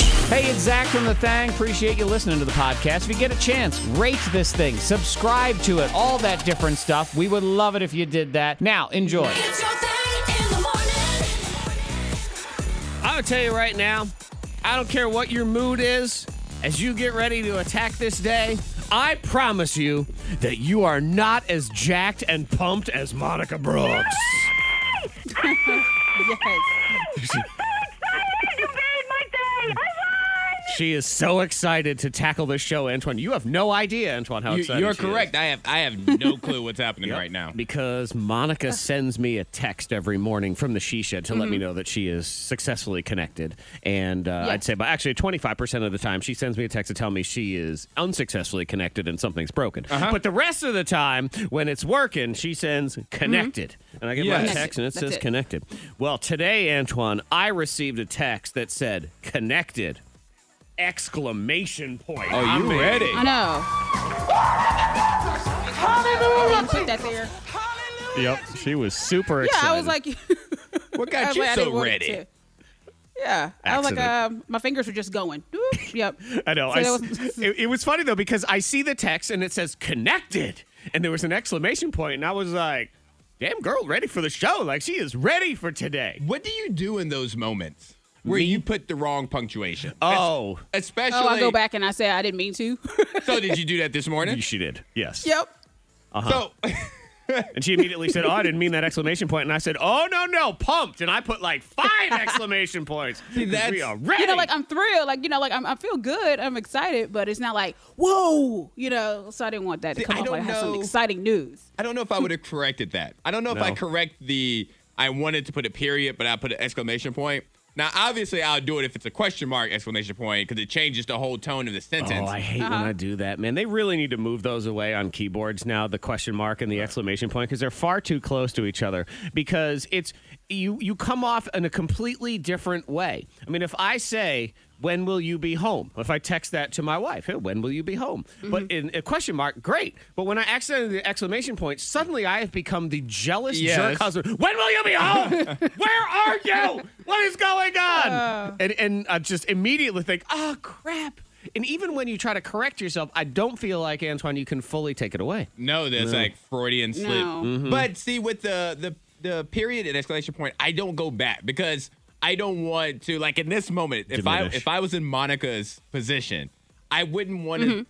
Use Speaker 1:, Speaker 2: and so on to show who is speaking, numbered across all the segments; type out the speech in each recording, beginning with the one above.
Speaker 1: Hey, it's Zach from The Thang. Appreciate you listening to the podcast. If you get a chance, rate this thing, subscribe to it, all that different stuff. We would love it if you did that. Now, enjoy.
Speaker 2: It's your thing in the morning.
Speaker 3: I'll tell you right now, I don't care what your mood is as you get ready to attack this day. I promise you that you are not as jacked and pumped as Monica Brooks.
Speaker 4: You made my day. I won.
Speaker 3: She is so excited to tackle this show, Antoine. You have no idea, Antoine, how excited
Speaker 5: You, are
Speaker 3: she is.
Speaker 5: correct. I have I have no clue what's happening
Speaker 3: Yep.
Speaker 5: right now.
Speaker 3: Because Monica sends me a text every morning from the She Shed to let
Speaker 6: Mm-hmm.
Speaker 3: me know that she is successfully connected. And uh, I'd say, but actually, 25% of the time, she sends me a text to tell me she is unsuccessfully connected and something's broken.
Speaker 5: Uh-huh.
Speaker 3: But the rest of the time, when it's working, she sends connected. And I get my
Speaker 5: Yes.
Speaker 3: text and it
Speaker 6: Mm-hmm. That's
Speaker 3: says
Speaker 6: it.
Speaker 3: connected. Well, today, Antoine, I received a text that said connected. Exclamation point.
Speaker 5: Oh, you ready?
Speaker 6: I know. Hallelujah! put that there.
Speaker 3: Yep. She was super
Speaker 6: Yeah,
Speaker 3: excited.
Speaker 6: I was like,
Speaker 5: What
Speaker 6: I
Speaker 5: got
Speaker 6: was
Speaker 5: you
Speaker 6: like, I didn't
Speaker 5: so
Speaker 6: want it
Speaker 5: ready?
Speaker 6: to. Yeah, I was like, uh,
Speaker 3: Accident.
Speaker 6: my fingers were just going. Doop. Yep.
Speaker 3: I know.
Speaker 6: So
Speaker 3: I
Speaker 6: that
Speaker 3: s-
Speaker 6: was-
Speaker 3: it, it was funny though because I see the text and it says connected, and there was an exclamation point, and I was like, "Damn girl, ready for the show? Like she is ready for today."
Speaker 5: What do you do in those moments where you put the wrong punctuation?
Speaker 3: Oh,
Speaker 5: Es- especially.
Speaker 6: oh, I go back and I say I didn't mean to.
Speaker 5: So did you do that this morning?
Speaker 3: she did. Yes.
Speaker 6: yep.
Speaker 3: Uh-huh.
Speaker 5: So
Speaker 3: And she immediately said, "Oh, I didn't mean that exclamation point," and I said, "Oh no, no, pumped," and I put like five exclamation points. 'Cause we
Speaker 5: that's-
Speaker 3: are ready.
Speaker 6: You know, like I'm thrilled. Like you know, like I'm, I feel good. I'm excited, but it's not like whoa. You know, so I didn't want that to
Speaker 5: See,
Speaker 6: come
Speaker 5: I
Speaker 6: off like I
Speaker 5: don't
Speaker 6: have some
Speaker 5: know.
Speaker 6: exciting news.
Speaker 5: I don't know if I would have corrected that. I don't know if I
Speaker 3: No.
Speaker 5: correct the. I wanted to put a period, but I put an exclamation point. Now, obviously, I'll do it if it's a question mark exclamation point because it changes the whole tone of the
Speaker 3: Oh,
Speaker 5: sentence.
Speaker 3: I hate when I do that, man. They really need to move those away on keyboards now, the question mark and the exclamation point, because they're far too close to each other. Because it's you you come off in a completely different way. I mean, if I say when will you be home? If I text that to my wife, hey, when will you be home? But in a question mark, great. But when I accidentally the exclamation point, suddenly I have become the jealous
Speaker 5: Yes.
Speaker 3: jerk husband. When will you be home? Where are you? What is going on? and and I just immediately think, oh crap. And even when you try to correct yourself, I don't feel like Antoine, you can fully take it away.
Speaker 5: No, that's like Freudian slip.
Speaker 6: No.
Speaker 3: Mm-hmm.
Speaker 5: But see, with the the the period and exclamation point, I don't go back because I don't want to. Like in this moment, if I
Speaker 3: Diminish.
Speaker 5: if I was in Monica's position, I wouldn't want
Speaker 6: Mm-hmm.
Speaker 5: to.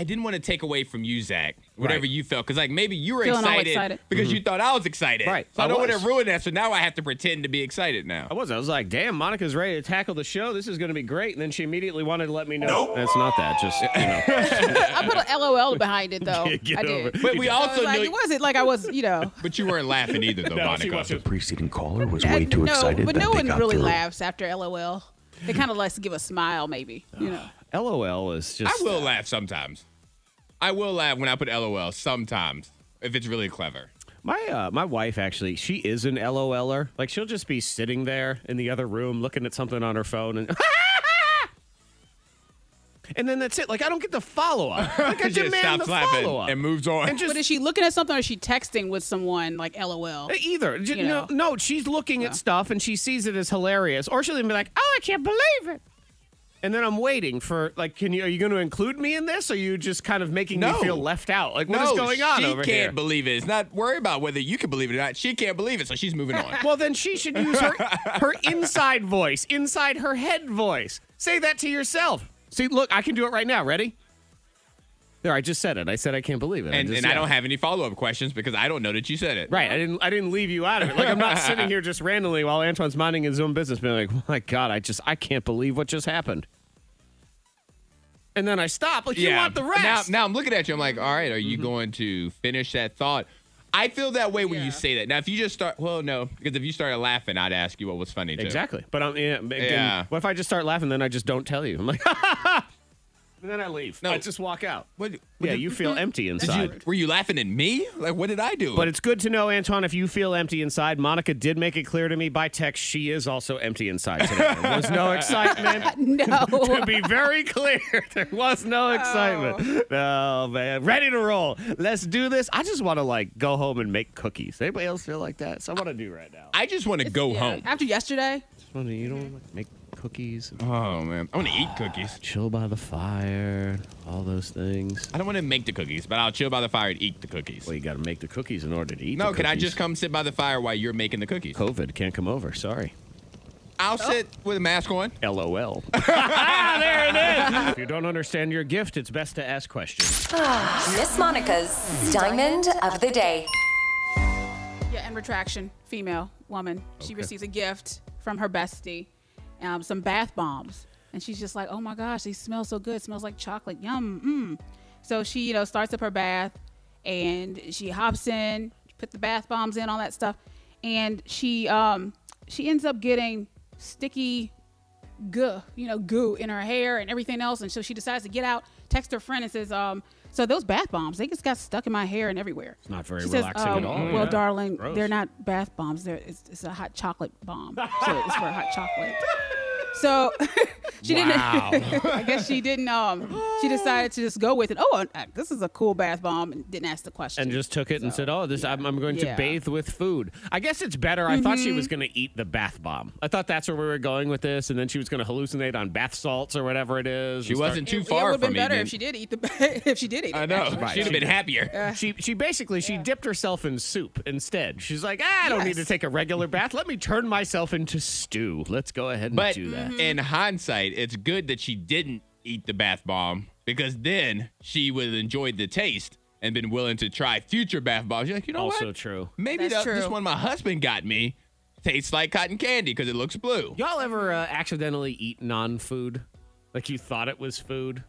Speaker 5: I didn't want to take away from you, Zach, whatever
Speaker 3: Right. Mm-hmm.
Speaker 5: you felt, because like maybe you were
Speaker 6: Feeling all
Speaker 5: excited,
Speaker 6: excited.
Speaker 5: because you thought I was excited.
Speaker 3: Right,
Speaker 5: So I,
Speaker 3: I
Speaker 5: don't want to
Speaker 3: was.
Speaker 5: ruin that. So now I have to pretend to be excited now.
Speaker 3: I was. I was like, damn, Monica's ready to tackle the show. This is going to be great. And then she immediately wanted to let me know. That's not that. Just, you know.
Speaker 6: I put an LOL behind it though.
Speaker 3: Get- get
Speaker 6: I
Speaker 3: over
Speaker 6: did.
Speaker 3: it.
Speaker 5: But we
Speaker 6: I was
Speaker 5: also
Speaker 6: like,
Speaker 5: knew,
Speaker 6: it wasn't like I was, you know.
Speaker 5: but you weren't laughing either, though,
Speaker 3: No, she
Speaker 5: Monica.
Speaker 3: wasn't.
Speaker 7: preceding caller was
Speaker 6: I-
Speaker 7: way too
Speaker 6: no,
Speaker 7: excited
Speaker 6: But
Speaker 7: that
Speaker 6: no
Speaker 7: they
Speaker 6: one
Speaker 7: got
Speaker 6: really
Speaker 7: through.
Speaker 6: laughs after LOL. They kind of likes to give a smile, maybe. You know.
Speaker 3: LOL is just.
Speaker 5: I will laugh sometimes. I will laugh when I put LOL sometimes if it's really clever.
Speaker 3: My uh, my wife actually, she is an LOLer. er. Like she'll just be sitting there in the other room looking at something on her phone and And then that's it. Like I don't get the follow up. Like I
Speaker 5: She just
Speaker 3: demand the
Speaker 5: stops laughing
Speaker 3: follow up.
Speaker 5: and moves on.
Speaker 3: And just
Speaker 6: But is she looking at something or is she texting with someone like LOL?
Speaker 3: uh, either. J-
Speaker 6: You
Speaker 3: no,
Speaker 6: know.
Speaker 3: no, she's looking at stuff and she sees it as hilarious, or she'll even be like, "Oh, I can't believe it." And then I'm waiting for like, can you? Are you going to include me in this? Or are you just kind of making me
Speaker 5: No.
Speaker 3: feel left out? Like, what
Speaker 5: no,
Speaker 3: is going on
Speaker 5: she
Speaker 3: over
Speaker 5: can't
Speaker 3: here?
Speaker 5: believe it. It's not worry about whether you can believe it or not. She can't believe it, so she's moving on.
Speaker 3: Well, then she should use her her inside voice, inside her head voice. Say that to yourself. See, look, I can do it right now. Ready? There, I just said it. I said I can't believe it.
Speaker 5: and
Speaker 3: just-
Speaker 5: and I
Speaker 3: yeah.
Speaker 5: don't have any follow up questions because I don't know that you said it.
Speaker 3: Right, I didn't. I didn't leave you out of it. Like I'm not sitting here just randomly while Antoine's minding his own business, being like, oh "My God, I just I can't believe what just happened." And then I stop. Like you want the
Speaker 5: But
Speaker 3: rest?
Speaker 5: Now, now I'm looking at you. I'm like, all right, are you going to finish that thought? I feel that way when you say that. Now, if you just start, well, no, because if you started laughing, I'd ask you what was funny. Too.
Speaker 3: exactly. But I'm. Yeah, again,
Speaker 5: Yeah.
Speaker 3: What if I just start laughing? Then I just don't tell you. I'm like, and then I leave.
Speaker 5: No.
Speaker 3: I just walk out.
Speaker 5: What, what
Speaker 3: Yeah,
Speaker 5: did-
Speaker 3: you feel empty
Speaker 5: did
Speaker 3: inside.
Speaker 5: you, were you laughing at me? Like, what did I do?
Speaker 3: But it's good to know, Antoine, if you feel empty inside. Monica did make it clear to me by text she is also empty inside today. There was no excitement.
Speaker 6: No.
Speaker 3: to be very clear, there was no excitement. Oh. man. Ready to roll. Let's do this. I just want to, like, go home and make cookies. Anybody else feel like that? So I want to do right now.
Speaker 5: I just want to go
Speaker 6: Yeah.
Speaker 5: home.
Speaker 6: After yesterday,
Speaker 3: Just wanna- you don't like, make cookies,
Speaker 5: Oh man, I want to eat cookies.
Speaker 3: chill by the fire, all those things.
Speaker 5: I don't want to make the cookies, but I'll chill by the fire and eat the cookies.
Speaker 3: Well, you got to make the cookies in order to eat.
Speaker 5: no,
Speaker 3: the
Speaker 5: can I
Speaker 3: cookies.
Speaker 5: just come sit by the fire while you're making the cookies?
Speaker 3: COVID can't come over. Sorry.
Speaker 5: I'll sit with a mask on.
Speaker 3: LOL. Ah, there it is. If you don't understand your gift, it's best to ask questions.
Speaker 2: Miss Monica's Diamond of the Day.
Speaker 6: Yeah, and retraction, female woman. She receives a gift from her bestie, um, some bath bombs. And she's just like, oh my gosh, these smell so good. smells like chocolate. Yum. Mm. So she, you know, starts up her bath and she hops in, put the bath bombs in, all that stuff. And she um, she ends up getting sticky goo, you know, goo in her hair and everything else. And so she decides to get out, text her friend and says, um, so those bath bombs, they just got stuck in my hair and everywhere. It's
Speaker 3: not very
Speaker 6: she
Speaker 3: relaxing
Speaker 6: says, "Oh,
Speaker 3: at all.
Speaker 6: Well,
Speaker 3: Yeah.
Speaker 6: darling,
Speaker 3: Gross.
Speaker 6: they're not bath bombs. They're it's, it's a hot chocolate bomb. So it's for hot chocolate. So she didn't. I guess she didn't. Um, she decided to just go with it. Oh, uh, this is a cool bath bomb, and didn't ask the question.
Speaker 3: And just took it and said, "Oh, this I'm, I'm going to
Speaker 6: Yeah. Mm-hmm.
Speaker 3: bathe with food." I guess it's better. I thought she was going to eat the bath bomb. I thought that's where we were going with this, and then she was going to hallucinate on bath salts or whatever it is.
Speaker 5: She
Speaker 3: and start-
Speaker 5: wasn't
Speaker 6: It-
Speaker 5: too
Speaker 6: it
Speaker 5: far
Speaker 6: would've
Speaker 5: from
Speaker 6: been better
Speaker 5: eating.
Speaker 6: if she did eat the if she did eat.
Speaker 5: I
Speaker 6: it,
Speaker 5: know.
Speaker 6: actually.
Speaker 5: She'd have been happier.
Speaker 3: She she basically she dipped herself in soup instead. She's like, ah, I don't need to
Speaker 6: Yes.
Speaker 3: take a regular bath. Let me turn myself into stew. Let's go ahead and
Speaker 5: But
Speaker 3: do
Speaker 6: Mm-hmm.
Speaker 3: that.
Speaker 5: in hindsight, it's good that she didn't eat the bath bomb because then she would have enjoyed the taste and been willing to try future bath bombs. You're like, you know
Speaker 3: Also
Speaker 5: what?
Speaker 3: true.
Speaker 5: Maybe
Speaker 6: That's
Speaker 5: the, this
Speaker 6: true.
Speaker 5: one my husband got me tastes like cotton candy because it looks blue.
Speaker 3: Y'all ever uh, accidentally eat non-food? Like you thought it was food?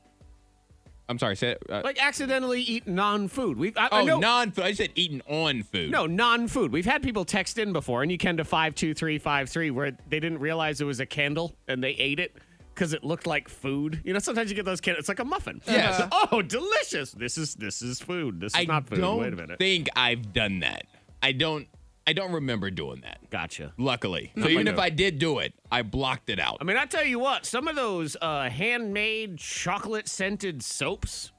Speaker 5: I'm sorry, said uh,
Speaker 3: Like accidentally eat non-food? We've I, I
Speaker 5: oh
Speaker 3: know,
Speaker 5: non-food. I said eating on food.
Speaker 3: no non-food. We've had people text in before, and you can to five two three five three where they didn't realize it was a candle and they ate it. Because it looked like food, you know. Sometimes you get those candles. It's like a muffin.
Speaker 5: Yeah.
Speaker 3: It's like, oh, delicious! This is this is food. This is
Speaker 5: I
Speaker 3: not food.
Speaker 5: don't
Speaker 3: Wait a minute.
Speaker 5: think I've done that. I don't. I don't remember doing that.
Speaker 3: gotcha.
Speaker 5: Luckily, so even
Speaker 3: like
Speaker 5: if
Speaker 3: a-
Speaker 5: I did do it, I blocked it out.
Speaker 3: I mean, I tell you what, some of those uh, handmade chocolate scented soaps,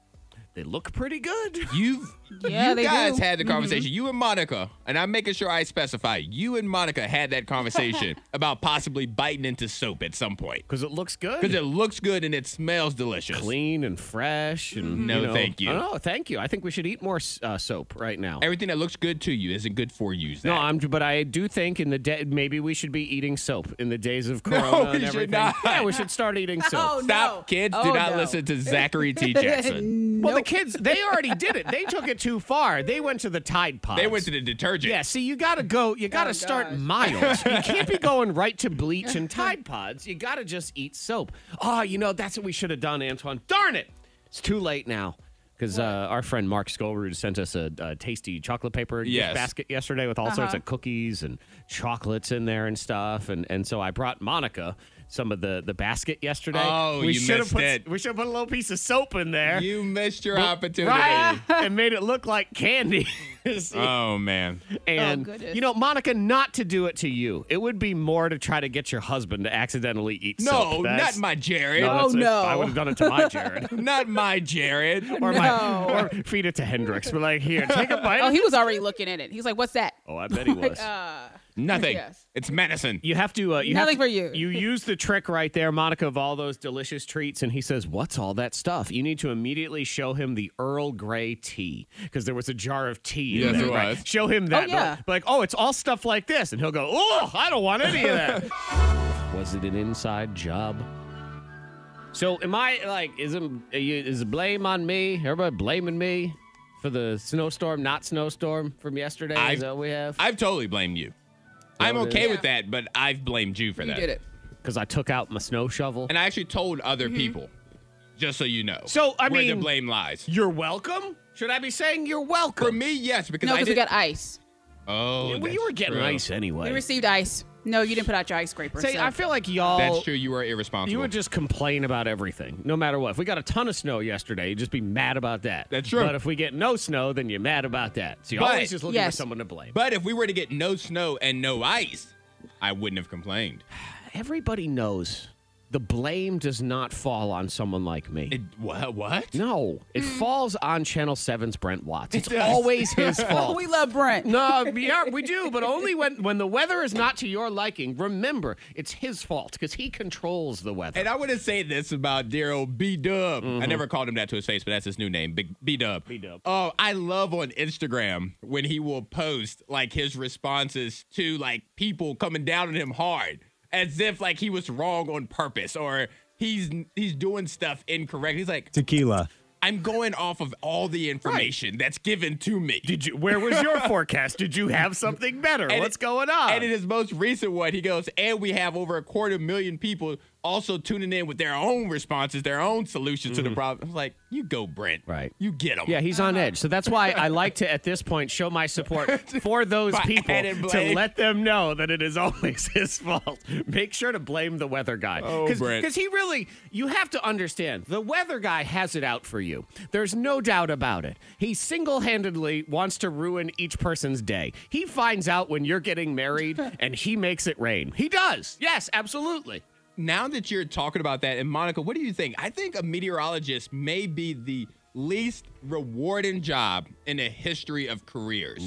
Speaker 3: they look pretty good.
Speaker 5: You've
Speaker 6: Yeah,
Speaker 5: you
Speaker 6: they
Speaker 5: guys
Speaker 6: do. Mm-hmm.
Speaker 5: had the conversation. You and Monica, and I'm making sure I specify. You and Monica had that conversation about possibly biting into soap at some point
Speaker 3: Because it looks good.
Speaker 5: because it looks good and it smells delicious.
Speaker 3: clean and fresh.
Speaker 6: Mm-hmm.
Speaker 3: And
Speaker 5: No,
Speaker 3: you know-
Speaker 5: thank you.
Speaker 3: Oh, No, thank you. I think we should eat more s- uh, soap right now.
Speaker 5: Everything that looks good to you isn't good for you. Zach.
Speaker 3: no, I'm. But I do think in the day, maybe we should be eating soap in the days of Corona
Speaker 5: we
Speaker 3: and
Speaker 5: should
Speaker 3: everything.
Speaker 5: not.
Speaker 3: Yeah, we should start eating soap.
Speaker 6: Oh,
Speaker 5: Stop,
Speaker 6: no.
Speaker 5: kids! do
Speaker 6: Oh,
Speaker 5: not
Speaker 6: no.
Speaker 5: listen to Zachary T. Jackson.
Speaker 3: Well, the kids, they already did it. They took it too far. They went to the Tide Pods.
Speaker 5: they went to the detergent.
Speaker 3: Yeah, see, you gotta go. You gotta start miles. you can't be going right to bleach and Tide Pods. You gotta just eat soap. Oh, you know that's what we should have done, Antoine. Darn it! It's too late now. Because uh, our friend Mark Skolrud sent us a, a tasty chocolate paper gift
Speaker 5: Yes.
Speaker 3: basket yesterday with all sorts of cookies and chocolates in there and stuff. And and so I brought Monica some of the the basket yesterday.
Speaker 5: Oh,
Speaker 3: we
Speaker 5: you
Speaker 3: should
Speaker 5: missed
Speaker 3: have put
Speaker 5: it.
Speaker 3: we should have put a little piece of soap in there,
Speaker 5: you missed your opportunity.
Speaker 3: right? and made it look like candy. See?
Speaker 5: Oh man,
Speaker 3: And
Speaker 6: goodness.
Speaker 3: you know, Monica, not to do it to you. It would be more to try to get your husband to accidentally eat
Speaker 5: no,
Speaker 3: soap. That's-
Speaker 5: not my Jared.
Speaker 3: No, that's
Speaker 6: Oh,
Speaker 3: it.
Speaker 6: no.
Speaker 3: I would have done it to my Jared.
Speaker 5: Not my Jared.
Speaker 3: Or my or feed it to Hendrix. We're like, here, take a bite.
Speaker 6: Oh, he was already looking at it. He's like, "What's that?"
Speaker 3: oh I bet he was.
Speaker 5: Nothing.
Speaker 6: Yes.
Speaker 5: It's medicine.
Speaker 3: you have to. Uh, you have
Speaker 6: Nothing
Speaker 3: to-
Speaker 6: for you.
Speaker 3: You use the trick right there, Monica, of all those delicious treats, and he says, "What's all that stuff?" You need to immediately show him the Earl Grey tea because there was a jar of tea. in
Speaker 5: Yes,
Speaker 3: there,
Speaker 5: there
Speaker 3: right?
Speaker 5: was.
Speaker 3: Show him that.
Speaker 6: Oh, yeah.
Speaker 3: Be Like, oh, it's all stuff like this, and he'll go, "Oh, I don't want any of that." was it an inside job? So, am I like, is it is it blame on me? Everybody blaming me for the snowstorm, not snowstorm from yesterday?
Speaker 5: I-
Speaker 3: is that what we have?
Speaker 5: I've totally blamed you. I'm
Speaker 3: it is.
Speaker 5: okay with that, but I've blamed you for
Speaker 6: You
Speaker 5: that.
Speaker 6: did it.
Speaker 3: Because I took out my snow shovel.
Speaker 5: And I actually told other
Speaker 3: Mm-hmm.
Speaker 5: people, just so you know.
Speaker 3: So, I
Speaker 5: where the
Speaker 3: mean-
Speaker 5: blame lies.
Speaker 3: You're welcome? Should I be saying you're welcome?
Speaker 5: For me, yes, because
Speaker 6: No,
Speaker 5: I
Speaker 6: because we
Speaker 5: did.
Speaker 6: got ice.
Speaker 5: oh,
Speaker 3: well,
Speaker 5: that's
Speaker 3: you were getting
Speaker 5: true.
Speaker 3: ice
Speaker 6: We
Speaker 3: anyway.
Speaker 6: received ice. No, you didn't put out your ice scraper.
Speaker 3: Say,
Speaker 6: so-
Speaker 3: I feel like y'all.
Speaker 5: That's true. You were irresponsible.
Speaker 3: You would just complain about everything, no matter what. If we got a ton of snow yesterday, you'd just be mad about that.
Speaker 5: That's true.
Speaker 3: But if we get no snow, then you're mad about that. So you're
Speaker 5: But-
Speaker 3: always just looking for
Speaker 6: Yes.
Speaker 3: someone to blame.
Speaker 5: But if we were to get no snow and no ice, I wouldn't have complained.
Speaker 3: everybody knows the blame does not fall on someone like me.
Speaker 5: It, what? What?
Speaker 3: no, it
Speaker 6: Hmm.
Speaker 3: falls on Channel 7's Brent Watts. It's
Speaker 5: does.
Speaker 3: always his fault.
Speaker 6: we love Brent.
Speaker 3: No, yeah, we do, but only when when the weather is not to your liking. Remember, it's his fault because he controls the weather.
Speaker 5: And I want to say this about dear old B Dub. I never called him that to his face, but that's his new name, Big B Dub. B
Speaker 3: Mm-hmm. Dub.
Speaker 5: Oh, I love on Instagram when he will post like his responses to like people coming down on him hard, as if like he was wrong on purpose or he's he's doing stuff incorrect. He's like,
Speaker 7: Tequila.
Speaker 5: I'm going off of all the information that's given to me.
Speaker 3: Did you? Where was your forecast? Did you have something better?
Speaker 5: And
Speaker 3: What's
Speaker 5: it-
Speaker 3: going on?
Speaker 5: And in his most recent one, he goes, and we have over a quarter million people also tuning in with their own responses, their own solutions to the problem. I'm like, you go, Brent.
Speaker 3: Mm-hmm. Right.
Speaker 5: You get them.
Speaker 3: yeah, he's on edge. So that's why I like to, at this point, show my support for those
Speaker 5: By
Speaker 3: people
Speaker 5: adding
Speaker 3: to
Speaker 5: blame.
Speaker 3: let them know that it is always his fault. Make sure to blame the weather guy.
Speaker 5: Oh, Brent.
Speaker 3: Because he really, you have to understand, the weather guy has it out for you. There's no doubt about it. He single handedly wants to ruin each person's day. He finds out when you're getting married and he makes it rain. He does. Yes, absolutely.
Speaker 5: Now that you're talking about that, and Monica, what do you think? I think a meteorologist may be the least rewarding job in the history of careers.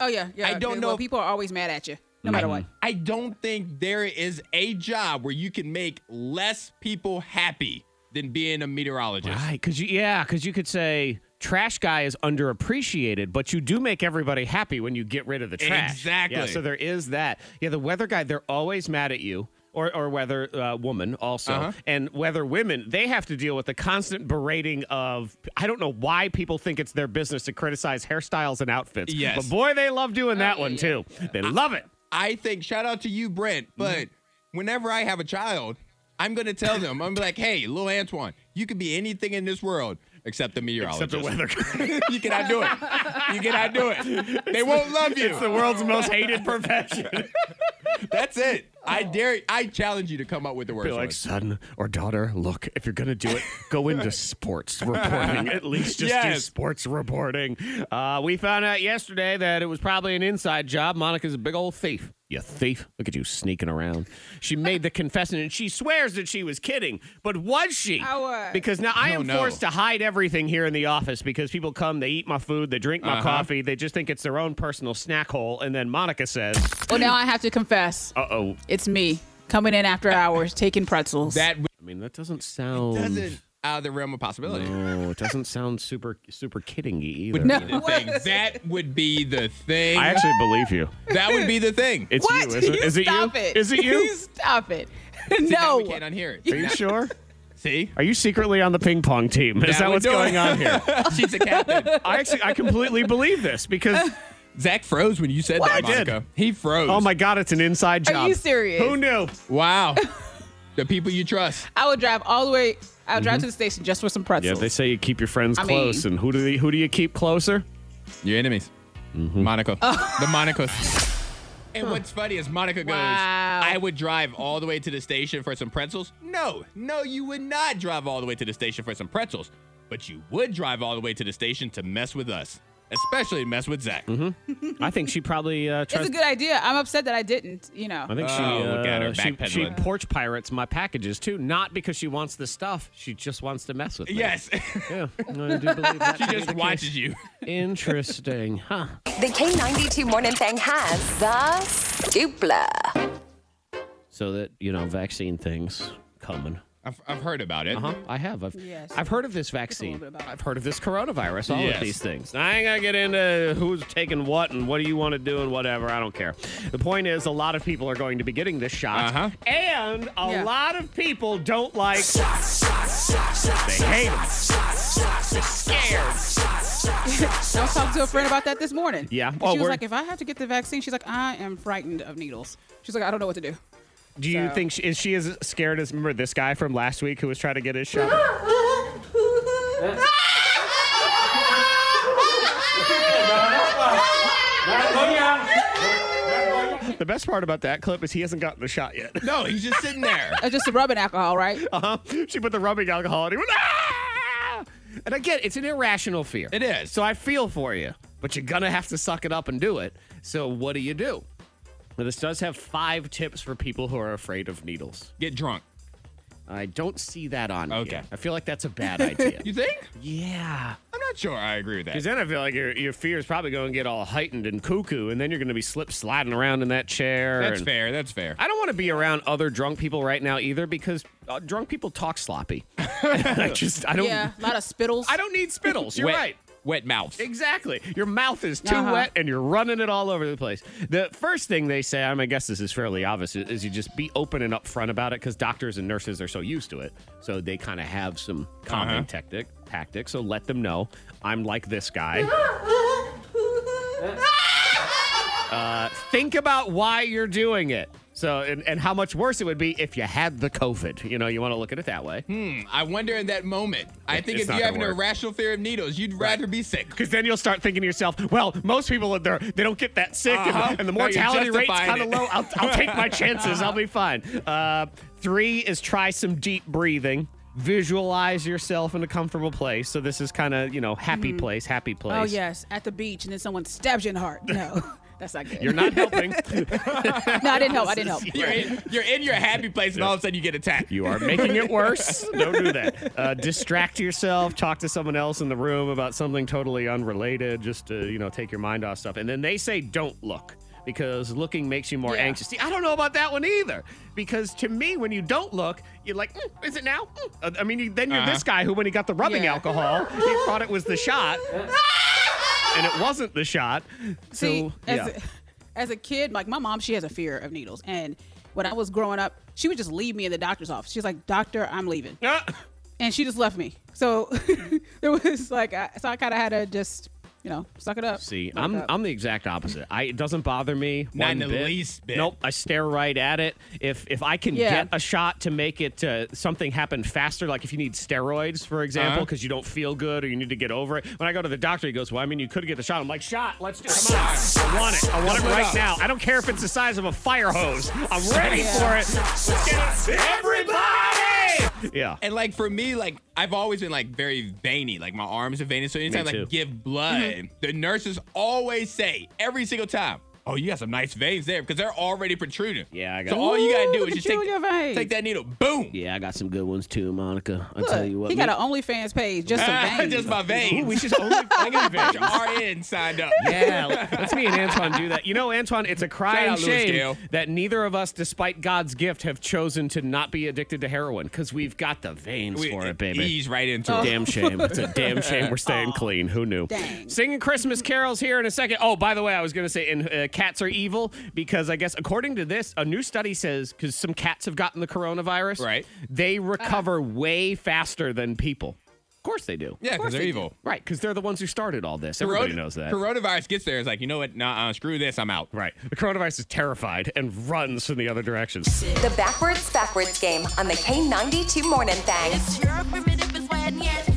Speaker 6: Oh yeah, yeah.
Speaker 5: I don't
Speaker 6: well,
Speaker 5: know if-
Speaker 6: people are always mad at you, no matter
Speaker 3: Mm-hmm.
Speaker 6: what.
Speaker 5: I don't think there is a job where you can make less people happy than being a meteorologist.
Speaker 3: Right, because you, yeah, because you could say trash guy is underappreciated, but you do make everybody happy when you get rid of the trash.
Speaker 5: Exactly.
Speaker 3: Yeah, so there is that. Yeah, the weather guy, they're always mad at you. Or, or whether uh, woman also, and whether women, they have to deal with the constant berating of I don't know why people think it's their business to criticize hairstyles and outfits.
Speaker 5: Yes.
Speaker 3: but boy, they love doing that one too. They love it.
Speaker 5: I think shout out to you, Brent,
Speaker 3: Mm-hmm.
Speaker 5: but whenever I have a child, I'm gonna tell them, I'm gonna be like, hey, little Antoine, you could be anything in this world except a meteorologist.
Speaker 3: Except the weather guy.
Speaker 5: you cannot do it. You cannot do it. They won't love you.
Speaker 3: it's the world's most hated profession.
Speaker 5: That's it. I dare I challenge you to come up with the worst
Speaker 3: Be Oh. like,
Speaker 5: one.
Speaker 3: son or daughter, look, if you're going to do it, go into sports reporting. At least just do
Speaker 5: Yes.
Speaker 3: sports reporting. Uh, we found out yesterday that it was probably an inside job. Monica's a big old thief. You thief. Look at you sneaking around. She made the confession and she swears that she was kidding, but was she?
Speaker 6: I was.
Speaker 3: Because now I
Speaker 5: Oh,
Speaker 3: am
Speaker 5: no.
Speaker 3: forced to hide everything here in the office because people come, they eat my food, they drink my
Speaker 5: Uh-huh.
Speaker 3: coffee, they just think it's their own personal snack hole. And then Monica says,
Speaker 6: Well, now I have to confess,
Speaker 3: uh oh.
Speaker 6: it's me coming in after hours taking pretzels.
Speaker 5: That
Speaker 3: I mean, that doesn't sound.
Speaker 5: doesn't out of the realm of possibility.
Speaker 3: Oh, it doesn't sound super super kidding either.
Speaker 6: no,
Speaker 5: The thing. That would be the thing.
Speaker 3: I actually believe you.
Speaker 5: that would be the thing.
Speaker 3: It's
Speaker 6: what?
Speaker 3: you, isn't it? Is it
Speaker 6: stop
Speaker 3: you?
Speaker 6: it.
Speaker 3: Is it you?
Speaker 6: stop it.
Speaker 5: Now
Speaker 6: no.
Speaker 5: we can't unhear it.
Speaker 3: Are you sure?
Speaker 5: See?
Speaker 3: Are you secretly on the ping pong team? Is
Speaker 5: That
Speaker 3: that
Speaker 5: would
Speaker 3: what's
Speaker 5: do it.
Speaker 3: going on here?
Speaker 5: She's a captain.
Speaker 3: I actually I completely believe this because
Speaker 5: Zach froze when you said
Speaker 3: I
Speaker 5: that,
Speaker 3: did.
Speaker 5: Monica. He froze.
Speaker 3: oh my god, it's an inside
Speaker 6: Are
Speaker 3: job.
Speaker 6: you serious?
Speaker 3: Who knew?
Speaker 5: Wow. the people you trust.
Speaker 6: I would drive all the way. I would drive to the station just for some
Speaker 3: Mm-hmm. Yeah,
Speaker 6: pretzels.
Speaker 3: they say you keep your friends
Speaker 6: I mean-
Speaker 3: close, and who do they, who do you keep closer?
Speaker 5: Your enemies. Monica.
Speaker 3: Oh.
Speaker 5: The Monica. And what's funny is Monica goes,
Speaker 6: Wow.
Speaker 5: I would drive all the way to the station for some pretzels. No, no, you would not drive all the way to the station for some pretzels, but you would drive all the way to the station to mess with us, especially mess with Zach.
Speaker 3: I think she probably uh,
Speaker 6: it's
Speaker 3: tries.
Speaker 6: a good idea. I'm upset that I didn't. You know.
Speaker 3: I think she,
Speaker 5: Oh, look at her,
Speaker 3: uh, she she
Speaker 5: backpedaling.
Speaker 3: porch pirates my packages too, not because she wants the stuff. She just wants to mess with me.
Speaker 5: Yes.
Speaker 3: Yeah, I do believe that.
Speaker 5: she just watches you.
Speaker 3: Interesting, huh?
Speaker 2: The K92 Morning Thing has the dupla.
Speaker 3: so that you know vaccine things coming
Speaker 5: I've, I've heard about it.
Speaker 3: huh i have i've
Speaker 6: Yes.
Speaker 3: i've heard of this vaccine
Speaker 6: bit about it.
Speaker 3: i've heard of this coronavirus all of
Speaker 5: Yes.
Speaker 3: these things i ain't gonna get into who's taking what and what do you want to do and whatever i don't care the point is a lot of people are going to be getting this shot
Speaker 5: Uh-huh.
Speaker 3: and a
Speaker 6: Yeah.
Speaker 3: lot of people don't like they hate it
Speaker 6: I was talking to a friend about that this morning.
Speaker 3: Yeah.
Speaker 6: And
Speaker 3: Oh,
Speaker 6: she was
Speaker 3: we're-
Speaker 6: like, if I have to get the vaccine, she's like, I am frightened of needles. She's like, I don't know what to do.
Speaker 3: do you
Speaker 6: So-
Speaker 3: think she, is she as scared as remember this guy from last week who was trying to get his shot the best part about that clip is he hasn't gotten the shot yet
Speaker 5: No, he's just sitting there.
Speaker 6: It's just the rubbing alcohol, right?
Speaker 3: Uh-huh. She put the rubbing alcohol and he went, ah! And again, it's an irrational fear.
Speaker 5: It is.
Speaker 3: So I feel for you, but you're going to have to suck it up and do it. So what do you do? Now, this does have five tips for people who are afraid of needles.
Speaker 5: Get drunk.
Speaker 3: I don't see that on here.
Speaker 5: Okay.
Speaker 3: I feel like that's a bad idea.
Speaker 5: You think?
Speaker 3: yeah.
Speaker 5: I'm not sure I agree with that.
Speaker 3: Because then I feel like your, your fear is probably going to get all heightened and cuckoo, and then you're going to be slip sliding around in that chair.
Speaker 5: That's
Speaker 3: and-
Speaker 5: fair. That's fair.
Speaker 3: I don't want to be around other drunk people right now either because uh, drunk people talk sloppy. I just, I don't,
Speaker 6: Yeah, a lot of spittles.
Speaker 3: I don't need spittles. You're
Speaker 5: wet,
Speaker 3: right.
Speaker 5: Wet mouth.
Speaker 3: Exactly. Your mouth is too
Speaker 6: Uh-huh.
Speaker 3: wet and you're running it all over the place. The first thing they say, I, mean, I guess this is fairly obvious, is you just be open and upfront about it because doctors and nurses are so used to it. So they kind of have some calming tactic, tactic. So let them know I'm like this guy. uh, think about why you're doing it. So, and, and how much worse it would be if you had the COVID. You know, you want to look at it that way.
Speaker 5: I wonder in that moment. I think
Speaker 3: it's
Speaker 5: if
Speaker 3: not
Speaker 5: you have an
Speaker 3: gonna work.
Speaker 5: irrational fear of needles, you'd rather be sick.
Speaker 3: Because then you'll start thinking to yourself, well, most people they're- they don't get that sick, and-
Speaker 5: Uh-huh.
Speaker 3: and, the
Speaker 5: No, you're
Speaker 3: mortality rate's
Speaker 5: justifying
Speaker 3: kind of
Speaker 5: it.
Speaker 3: low. I'll, I'll take my chances. I'll be fine. Uh, three is try some deep breathing. Visualize yourself in a comfortable place. So this is kind of you know happy place, happy place.
Speaker 6: Oh yes, at the beach, and then someone stabs you in the heart. No, that's not good.
Speaker 3: You're not helping.
Speaker 6: no, I didn't help. I didn't help.
Speaker 5: You're in, you're in your happy place, and all of a sudden you get attacked.
Speaker 3: you are making it worse. Don't do that. Uh, distract yourself. Talk to someone else in the room about something totally unrelated, just to you know take your mind off stuff. And then they say don't look because looking makes you more
Speaker 6: Yeah.
Speaker 3: anxious. See, I don't know about that one either because to me, when you don't look, you're like, "Mm, is it now? Mm." Uh, I mean, you, then you're this guy who, when he got the rubbing
Speaker 6: Uh-huh. Yeah.
Speaker 3: alcohol, he thought it was the shot. And it wasn't the shot.
Speaker 6: See,
Speaker 3: so,
Speaker 6: as,
Speaker 3: yeah.
Speaker 6: a, as a kid, like my mom, she has a fear of needles, and when I was growing up, she would just leave me in the doctor's office. She's like, "Doctor, I'm leaving,"
Speaker 3: Ah.
Speaker 6: and she just left me. So it was like, I, so I kind of had to just, you know, suck it up.
Speaker 3: See,
Speaker 6: Suck it
Speaker 3: I'm
Speaker 6: up.
Speaker 3: I'm the exact opposite. I it doesn't bother me.
Speaker 5: Not
Speaker 3: one
Speaker 5: in the least bit.
Speaker 3: Nope. I stare right at it. If if I can
Speaker 6: Yeah.
Speaker 3: get a shot to make it uh, something happen faster, like if you need steroids,
Speaker 5: Uh-huh.
Speaker 3: for example, because you don't feel good or you need to get over it. When I go to the doctor, he goes, "Well, I mean, you could get the shot." I'm like, "Shot, let's do it. Come on. I want it. I want it
Speaker 5: Split
Speaker 3: right
Speaker 5: up.
Speaker 3: now. I don't care if it's the size of a fire hose. I'm ready for it. Let's get it. Everybody!" Yeah.
Speaker 5: And like for me, like I've always been like very veiny. Like my arms are veiny. So anytime
Speaker 3: too.
Speaker 5: like give blood,
Speaker 6: Mm-hmm.
Speaker 5: the nurses always say every single time, "Oh, you got some nice veins there," because they're already protruding.
Speaker 3: Yeah, I got-
Speaker 5: So all you gotta
Speaker 6: Ooh,
Speaker 5: do
Speaker 6: look
Speaker 5: is
Speaker 6: at
Speaker 5: just
Speaker 6: you
Speaker 5: take,
Speaker 6: and your veins.
Speaker 5: take that needle, boom.
Speaker 3: Yeah, I got some good ones too, Monica. I
Speaker 6: Look, he got an OnlyFans page just some veins.
Speaker 5: just my veins.
Speaker 3: we should only
Speaker 5: I got a bunch of RN signed up.
Speaker 3: Yeah, let's me and Antoine do that. You know, Antoine, it's a
Speaker 5: Shout
Speaker 3: crying
Speaker 5: out, Louis
Speaker 3: shame
Speaker 5: Gale.
Speaker 3: that neither of us, despite God's gift, have chosen to not be addicted to heroin because we've got the veins
Speaker 5: We- e-,
Speaker 3: for it, baby.
Speaker 5: Ease right into
Speaker 6: Oh.
Speaker 5: it.
Speaker 3: Damn shame. It's a damn shame we're staying clean. Who knew?
Speaker 6: Dang.
Speaker 3: Singing Christmas carols here in a second. Oh, by the way, I was going to say, and uh, cats are evil because I guess according to this, a new study says because some cats have gotten the coronavirus,
Speaker 5: Right.
Speaker 3: They recover way faster than people. Of course they do.
Speaker 5: Yeah, because they're evil.
Speaker 3: Right, because they're the ones who started all this. Everybody
Speaker 5: Corona-
Speaker 3: knows that.
Speaker 5: Coronavirus gets there. It's like, you know what? Nah, uh, screw this. I'm out.
Speaker 3: Right. The coronavirus is terrified and runs in the other direction.
Speaker 2: The backwards, backwards game on the K92 Morning Thing.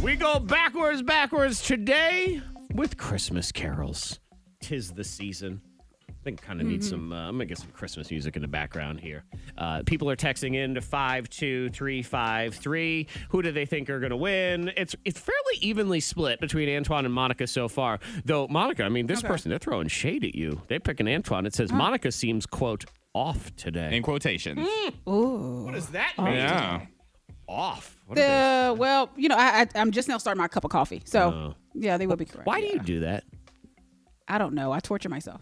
Speaker 3: We go backwards, backwards today with Christmas carols. Tis the season. I think kind of need some. Uh, I'm gonna get some Christmas music in the background here. Uh, people are texting in to five two three five three. Who do they think are gonna win? It's it's fairly evenly split between Antoine and Monica so far. Though Monica, I mean, this person they're throwing shade at you. They pick an Antoine. It says Monica seems quote off today.
Speaker 5: In quotations.
Speaker 3: what does that mean?
Speaker 5: Yeah.
Speaker 3: Off. What do they
Speaker 6: Uh, well, you know, I, I I'm just now starting my cup of coffee, so yeah, they would be correct.
Speaker 3: Uh, Why do
Speaker 6: Yeah.
Speaker 3: you do that?
Speaker 6: I don't know. I torture myself.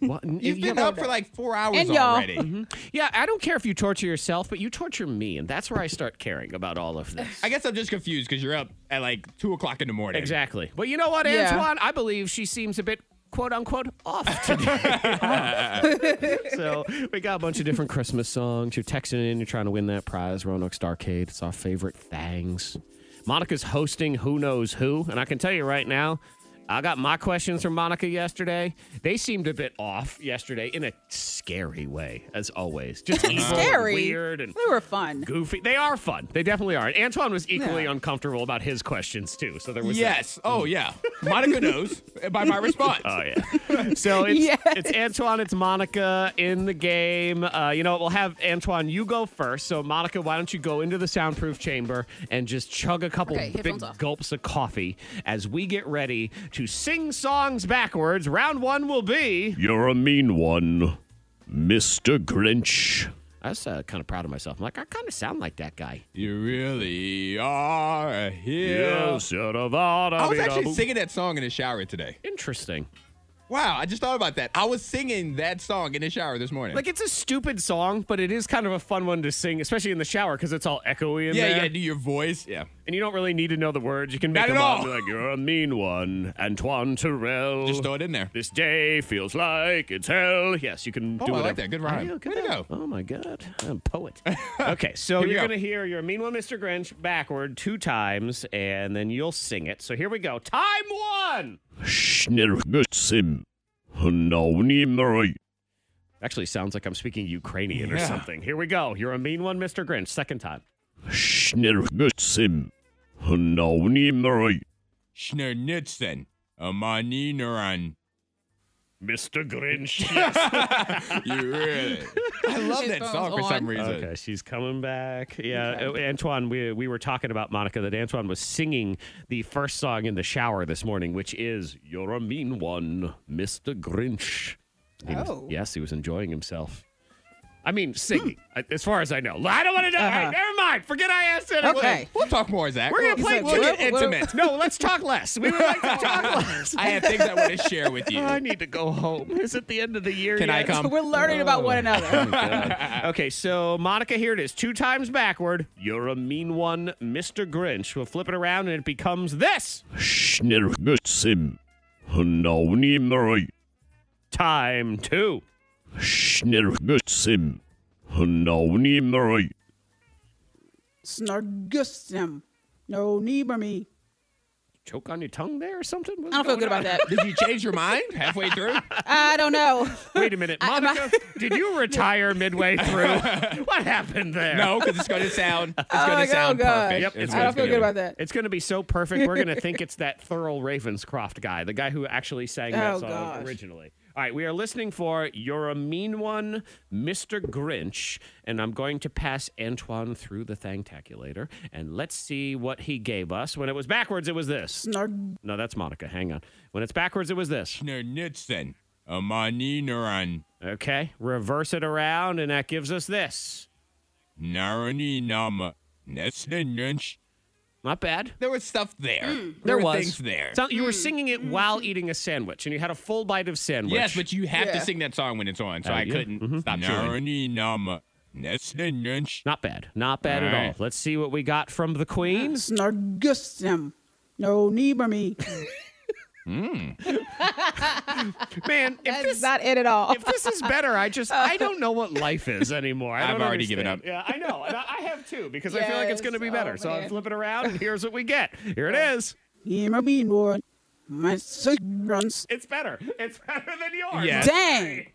Speaker 3: What?
Speaker 5: You've been up for like four hours
Speaker 6: And y'all.
Speaker 5: already.
Speaker 3: yeah, I don't care if you torture yourself, but you torture me, and that's where I start caring about all of this.
Speaker 5: I guess I'm just confused because you're up at like two o'clock in the morning.
Speaker 3: exactly. But you know what,
Speaker 6: Yeah.
Speaker 3: Antoine? I believe she seems a bit quote unquote off today. so we got a bunch of different Christmas songs. You're texting in, you're trying to win that prize, Roanoke Starcade. It's our favorite things. Monica's hosting Who Knows Who, and I can tell you right now, I got my questions from Monica yesterday. They seemed a bit off yesterday in a scary way, as always. Just evil, and
Speaker 6: Scary.
Speaker 3: Oh, weird, and
Speaker 6: They were fun.
Speaker 3: goofy. They are fun. They definitely are. And Antoine was equally
Speaker 6: Yeah.
Speaker 3: uncomfortable about his questions too. So there was that.
Speaker 5: Yes. Oh, yeah. Monica knows by my response.
Speaker 3: Oh yeah. So it's,
Speaker 6: Yes.
Speaker 3: it's Antoine, it's Monica in the game. Uh, you know, what? we'll have Antoine. You go first. So Monica, why don't you go into the soundproof chamber and just chug a couple
Speaker 6: Okay,
Speaker 3: big
Speaker 6: headphones off.
Speaker 3: gulps of coffee as we get ready to sing songs backwards. Round one will be. You're a mean one, Mister Grinch. I was uh, kind of proud of myself. I'm like, I kind of sound like that guy.
Speaker 5: You really are here. I was actually singing that song in the shower today.
Speaker 3: Interesting.
Speaker 5: Wow, I just thought about that. I was singing that song in the shower this morning.
Speaker 3: Like it's a stupid song, but it is kind of a fun one to sing, especially in the shower because it's all echoey in
Speaker 5: yeah,
Speaker 3: there.
Speaker 5: yeah, do your voice. Yeah.
Speaker 3: And you don't really need to know the words. You can
Speaker 5: Not
Speaker 3: make them
Speaker 5: at
Speaker 3: up and
Speaker 5: all.
Speaker 3: be like, "You're a mean one, Antoine Terrell."
Speaker 5: Just throw it in there.
Speaker 3: This day feels like it's hell. Yes, you can
Speaker 5: Oh,
Speaker 3: do
Speaker 5: I
Speaker 3: it.
Speaker 5: like that. Good rhyme. Way to go.
Speaker 3: Oh my god, I'm a poet. okay, so
Speaker 5: Here we
Speaker 3: you're
Speaker 5: go.
Speaker 3: gonna hear your mean one, Mr. Grinch, backward two times, and then you'll sing it. So here we go. Time one. Actually, sounds like I'm speaking Ukrainian or
Speaker 5: Yeah.
Speaker 3: something. Here we go. You're a mean one, Mr. Grinch. Second time.
Speaker 5: Schnernitzen. Amanineran.
Speaker 3: Mr. Grinch. Yes.
Speaker 5: You really. I love that
Speaker 6: Headphones
Speaker 5: song for some
Speaker 6: on.
Speaker 5: reason.
Speaker 3: Okay, she's coming back. Yeah, uh, Antoine, we, we were talking about Monica that Antoine was singing the first song in the shower this morning, which is You're a Mean One, Mr. Grinch. He was-
Speaker 6: Oh.
Speaker 3: yes, he was enjoying himself. I mean, singing, I- as far as I know. I don't want to know. Hey, never mind. Forget I asked it.
Speaker 6: Okay.
Speaker 5: We'll talk more, Zach.
Speaker 3: We're going to
Speaker 5: We'll-
Speaker 3: play
Speaker 5: we'll get
Speaker 3: Kick It.
Speaker 5: intimate.
Speaker 3: No, let's talk less. We would like to talk less.
Speaker 5: I have things I want to share with you.
Speaker 3: I need to go home. Is it the end of the year
Speaker 5: Can I
Speaker 3: yet?
Speaker 5: come?
Speaker 6: We're learning about
Speaker 3: oh.
Speaker 6: one another.
Speaker 3: okay, so Monica, here it is. Two times backward. You're a mean one, Mr. Grinch. We'll flip it around and it becomes this. Time two.
Speaker 6: Snargustum. No need for me.
Speaker 3: Choke on your tongue there or something?
Speaker 6: I don't feel good about that.
Speaker 5: Did you change your mind halfway through?
Speaker 6: I don't know.
Speaker 3: Wait a minute, Monica. did you retire midway through? what happened there?
Speaker 5: No, because it's going to sound. It's
Speaker 6: Oh
Speaker 5: going
Speaker 6: my
Speaker 5: to sound
Speaker 6: God.
Speaker 5: perfect.
Speaker 3: Yep, it's
Speaker 6: I don't
Speaker 3: good.
Speaker 6: feel good about that.
Speaker 3: It's going to be so perfect. We're going to think it's that Thurl Ravenscroft guy, the guy who actually sang that
Speaker 6: Oh,
Speaker 3: song
Speaker 6: gosh.
Speaker 3: originally. All right, we are listening for You're a Mean One, Mr. Grinch, and I'm going to pass Antoine through the Thanktaculator, and let's see what he gave us. When it was backwards, it was this.
Speaker 6: Snarg.
Speaker 3: No, that's Monica. Hang on. When it's backwards, it was this.
Speaker 5: Schnernitzen. Amanineran.
Speaker 3: Okay, reverse it around, and that gives us this.
Speaker 5: Naraninam. Nestinunch.
Speaker 3: Not bad.
Speaker 5: There was stuff there.
Speaker 6: Hmm.
Speaker 3: There
Speaker 5: were
Speaker 3: was
Speaker 5: things there.
Speaker 3: So- you were singing it while eating a sandwich, and you had a full bite of sandwich.
Speaker 5: Yes, but you have to
Speaker 6: Yeah.
Speaker 5: sing that song when it's on, so
Speaker 3: Uh,
Speaker 5: I
Speaker 3: yeah.
Speaker 5: couldn't stop chewing. Naraninam. Nestinunch.
Speaker 3: Not bad. Not bad at
Speaker 5: All
Speaker 3: all.
Speaker 5: right.
Speaker 3: Let's see what we got from the Queen.
Speaker 6: Snargustum. No need for me.
Speaker 3: Man, if
Speaker 6: That's
Speaker 3: this,
Speaker 6: not it at all.
Speaker 3: if this is better, I just I don't know what life is anymore. I
Speaker 5: I've
Speaker 3: don't
Speaker 5: already given
Speaker 3: understand. Yeah, I know. And I, I have too, because I feel like it's
Speaker 6: Yes.
Speaker 3: going to be
Speaker 6: Oh,
Speaker 3: better. so I
Speaker 6: man.
Speaker 3: flip it around, and here's what we get. Here it is.
Speaker 6: Here be more. My sick runs.
Speaker 3: It's better. It's better than yours.
Speaker 5: Yes.
Speaker 6: Dang.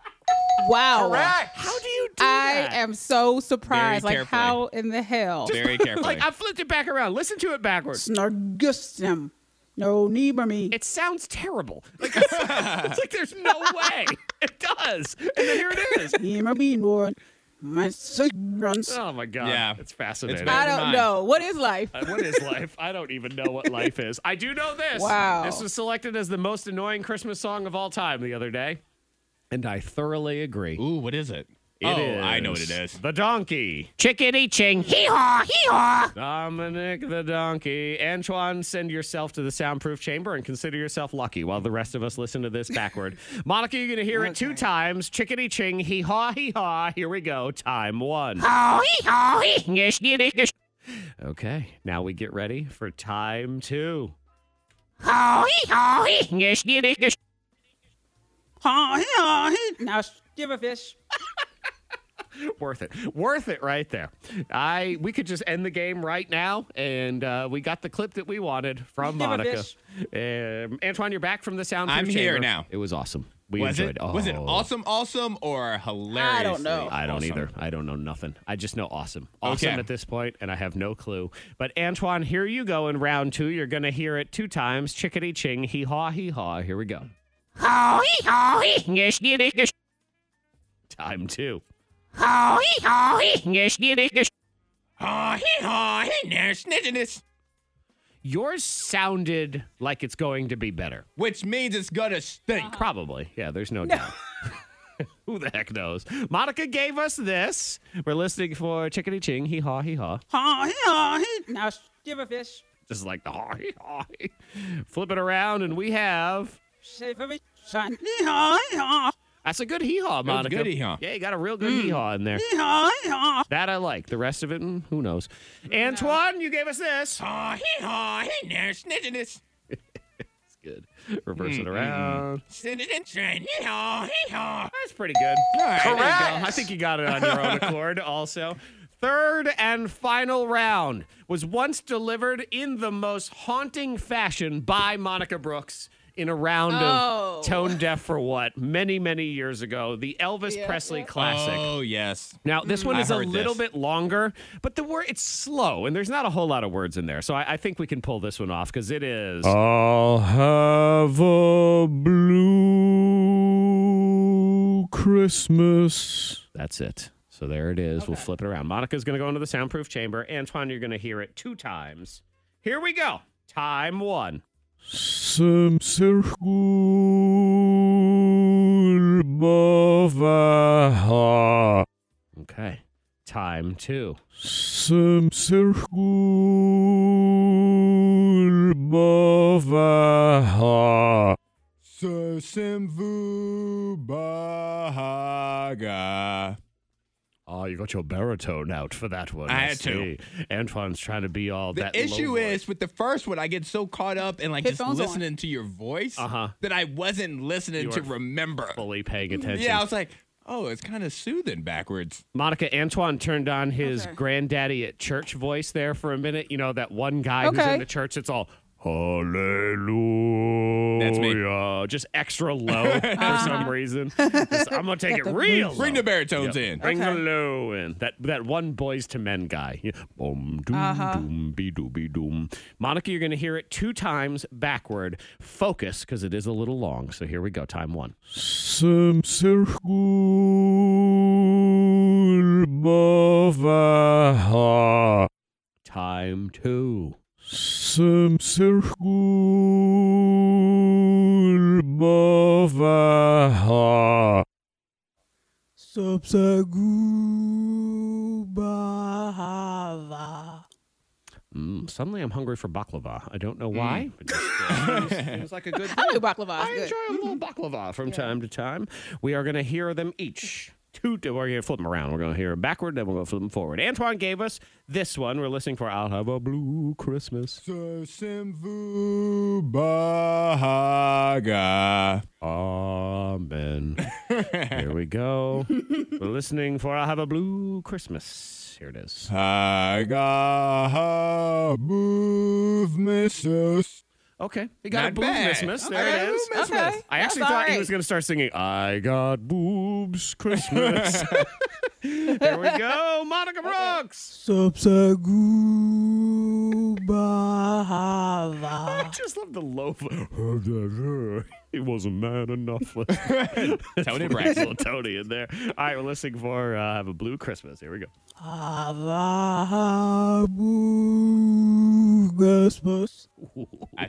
Speaker 6: Wow.
Speaker 3: How do you do
Speaker 6: I
Speaker 3: that?
Speaker 6: am so surprised.
Speaker 5: Very
Speaker 6: Like, how in the hell?
Speaker 5: Very carefully.
Speaker 3: Like, I flipped it back around. Listen to it backwards.
Speaker 6: Snargustum. No need for me.
Speaker 3: It sounds terrible. Like, it's, it's like there's no way. It does. And then here it is.
Speaker 6: Here be more. My sick runs.
Speaker 3: Oh, my God.
Speaker 5: Yeah.
Speaker 3: It's fascinating.
Speaker 5: better.
Speaker 6: I
Speaker 5: never
Speaker 6: don't
Speaker 5: mind. Uh,
Speaker 6: know. What is life?
Speaker 3: uh, what is life? I don't even know what life is. I do know this.
Speaker 6: Wow.
Speaker 3: This was selected as the most annoying Christmas song of all time the other day. And I thoroughly agree. It is.
Speaker 5: Ooh, what is it? oh, I know what it is.
Speaker 3: The donkey. Chickadee ching. Hee haw, hee haw. Dominic the donkey. Antoine, send yourself to the soundproof chamber and consider yourself lucky while the rest of us listen to this backward. Monica, you're going to hear it two times. Chickadee ching. Hee haw, hee haw. Here we go. Time one. Okay, now we get ready for time two.
Speaker 6: Haw, hee, haw, hee. Now give a fish.
Speaker 3: Worth it. Worth it right there. I we could just end the game right now and uh, we got the clip that we wanted from
Speaker 6: Give a
Speaker 3: Monica. Um, Antoine, you're back from the sound.
Speaker 5: I'm here now.
Speaker 3: It was awesome. We
Speaker 5: Was
Speaker 3: enjoyed
Speaker 5: it? Was it
Speaker 3: Oh,
Speaker 5: awesome, awesome, or hilarious?
Speaker 6: know.
Speaker 3: I don't either. I don't know nothing. I just know awesome. Awesome
Speaker 5: Okay.
Speaker 3: at this point, and I have no clue. But Antoine, here you go in round two. You're gonna hear it two times. Chickadee ching, hee haw, hee haw. Here we go. Time two.
Speaker 5: Oh, hee haw, hee there, snitching this.
Speaker 3: Yours sounded like it's going to be better. Uh-huh.
Speaker 5: Which means it's gonna stink.
Speaker 3: Probably. Yeah, there's no doubt. Who the heck knows? Monica gave us this. We're listening for Chickadee Ching, hee haw, hee haw.
Speaker 6: Haw, hee, haw, hee. Now give a fish.
Speaker 3: Just like the haw, hee haw. hee. Flip it around, and we have.
Speaker 6: Shape of a shine. Hee, haw, hee, haw.
Speaker 3: That's a good hee haw,
Speaker 5: was
Speaker 3: Monica.
Speaker 5: good hee-haw.
Speaker 3: Yeah, you got a real good hee haw in there.
Speaker 6: Hee, haw, hee, haw.
Speaker 3: That I like. The rest of it, mm, who knows? Antoine, you gave us this.
Speaker 5: Aw, Ah, hee haw, hey there, snitching this.
Speaker 3: It's good. Reverse it around.
Speaker 5: Snitching train, hee haw, hee haw.
Speaker 3: That's pretty good.
Speaker 5: there you go.
Speaker 3: I think you got it on your own accord also. Third and final round was once delivered in the most haunting fashion by Monica Brooks in a round
Speaker 6: Oh.
Speaker 3: of Tone Deaf for What many, many years ago, the Elvis Presley classic.
Speaker 5: Oh, yes.
Speaker 3: Now this one
Speaker 5: I
Speaker 3: is a
Speaker 5: heard
Speaker 3: little
Speaker 5: this.
Speaker 3: bit longer, but the word it's slow, and there's not a whole lot of words in there, so I, I think we can pull this one off because it is.
Speaker 5: Oh,
Speaker 3: I'll have a blue Christmas. That's it. So there it is. We'll flip it around. Monica's going to go into the soundproof chamber. Antoine, you're going to hear it two times. Here we go. Time one. Sem Okay. Time two. Sem
Speaker 5: So Simvu Bahaga.
Speaker 3: Oh, you got your baritone out for that one.
Speaker 5: I had to.
Speaker 3: see. Antoine's trying to be all
Speaker 5: The
Speaker 3: that.
Speaker 5: issue is with the first one, I get so caught up in like
Speaker 6: Headphones on.
Speaker 5: just listening to your voice
Speaker 3: Uh-huh.
Speaker 5: that I wasn't listening
Speaker 3: You
Speaker 5: to
Speaker 3: were
Speaker 5: remember.
Speaker 3: fully paying attention.
Speaker 5: Yeah, I was like, oh, it's kind of soothing backwards.
Speaker 3: Monica Antoine turned on his
Speaker 6: Okay.
Speaker 3: granddaddy at church voice there for a minute. You know that one guy who's in
Speaker 6: Okay.
Speaker 3: the church. It's all hallelujah.
Speaker 5: That's me.
Speaker 3: Just extra low for
Speaker 6: Uh-huh.
Speaker 3: some reason. Just, I'm gonna take it real.
Speaker 5: Bring
Speaker 3: low.
Speaker 5: the baritones in.
Speaker 3: Bring
Speaker 6: Okay.
Speaker 3: the low in. That that one boys to men guy. Yeah. Boom doom doom be doo be doom. Monica, you're gonna hear it two times backward. Focus, because it is a little long. So here we go. Time one. Time two. Mm, suddenly I'm hungry for baklava. I don't know why. It just, uh, seems, Hmm. seems like a good
Speaker 6: I like baklava.
Speaker 3: I
Speaker 6: It's
Speaker 3: enjoy
Speaker 6: good.
Speaker 3: a little
Speaker 5: Mm-hmm.
Speaker 3: baklava from time to time. We are going to hear them each. Two, we're going to flip them around. We're going to hear them backward, then we're going to flip them forward. Antoine gave us this one. We're listening for I'll Have a Blue Christmas.
Speaker 5: So Simvu Bahaga.
Speaker 3: Amen. Here we go. We're listening for I'll Have a Blue Christmas. Here it is.
Speaker 5: Haga move missus.
Speaker 3: Okay. You got
Speaker 5: Not
Speaker 3: a blue
Speaker 5: bad.
Speaker 3: Christmas.
Speaker 5: I got
Speaker 3: There
Speaker 5: a
Speaker 3: it is.
Speaker 5: blue Christmas.
Speaker 6: Okay.
Speaker 3: I
Speaker 6: That's
Speaker 3: actually thought he
Speaker 6: alright.
Speaker 3: was going to start singing, I got boobs Christmas. there we go. Monica Brooks.
Speaker 5: Uh-huh.
Speaker 3: I just love the low. vo- He wasn't man enough.
Speaker 5: Tony
Speaker 3: Braxton,
Speaker 5: Braxton.
Speaker 3: little Tony in there. All right, we're listening for uh, Have a Blue Christmas. Here we go.
Speaker 5: I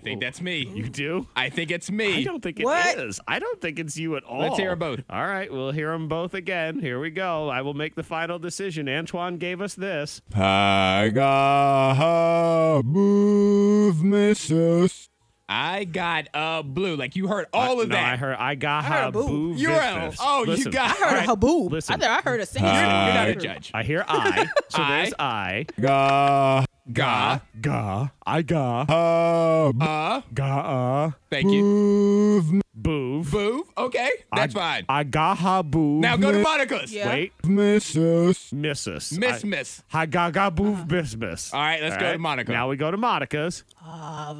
Speaker 5: think that's me.
Speaker 3: You do?
Speaker 5: I think it's
Speaker 3: I
Speaker 5: me.
Speaker 3: don't think it is.
Speaker 6: What?
Speaker 3: I don't think it's you at all.
Speaker 5: Let's hear 'em both.
Speaker 3: All right, we'll hear them both again. Here we go. I will make the final decision. Antoine gave us this.
Speaker 5: Haga move missus. I got uh blue. Like you heard all of
Speaker 3: no,
Speaker 5: that.
Speaker 3: I heard I got
Speaker 6: heard
Speaker 3: her
Speaker 6: a boo.
Speaker 3: boo.
Speaker 5: You're out.
Speaker 3: business.
Speaker 5: Oh,
Speaker 3: Listen,
Speaker 5: you got.
Speaker 6: I heard a haboob.
Speaker 3: listen.
Speaker 6: I, thought I heard a singing.
Speaker 5: Uh,
Speaker 6: You're
Speaker 5: you're not a judge.
Speaker 3: I hear I. So there's I.
Speaker 5: Ga ga
Speaker 3: Ga. I ga.
Speaker 5: uh, uh
Speaker 3: Ga.
Speaker 5: Thank you.
Speaker 3: Boov.
Speaker 5: Boo. Okay, that's fine.
Speaker 3: I ga ha boov.
Speaker 5: now go to Monica's.
Speaker 6: Yeah.
Speaker 3: Wait.
Speaker 5: Missus.
Speaker 3: Missus.
Speaker 5: Miss
Speaker 3: I-
Speaker 5: Miss.
Speaker 3: Ha ga ga boov miss miss.
Speaker 5: All right, let's go to Monica.
Speaker 3: Now we go to Monica's.
Speaker 5: I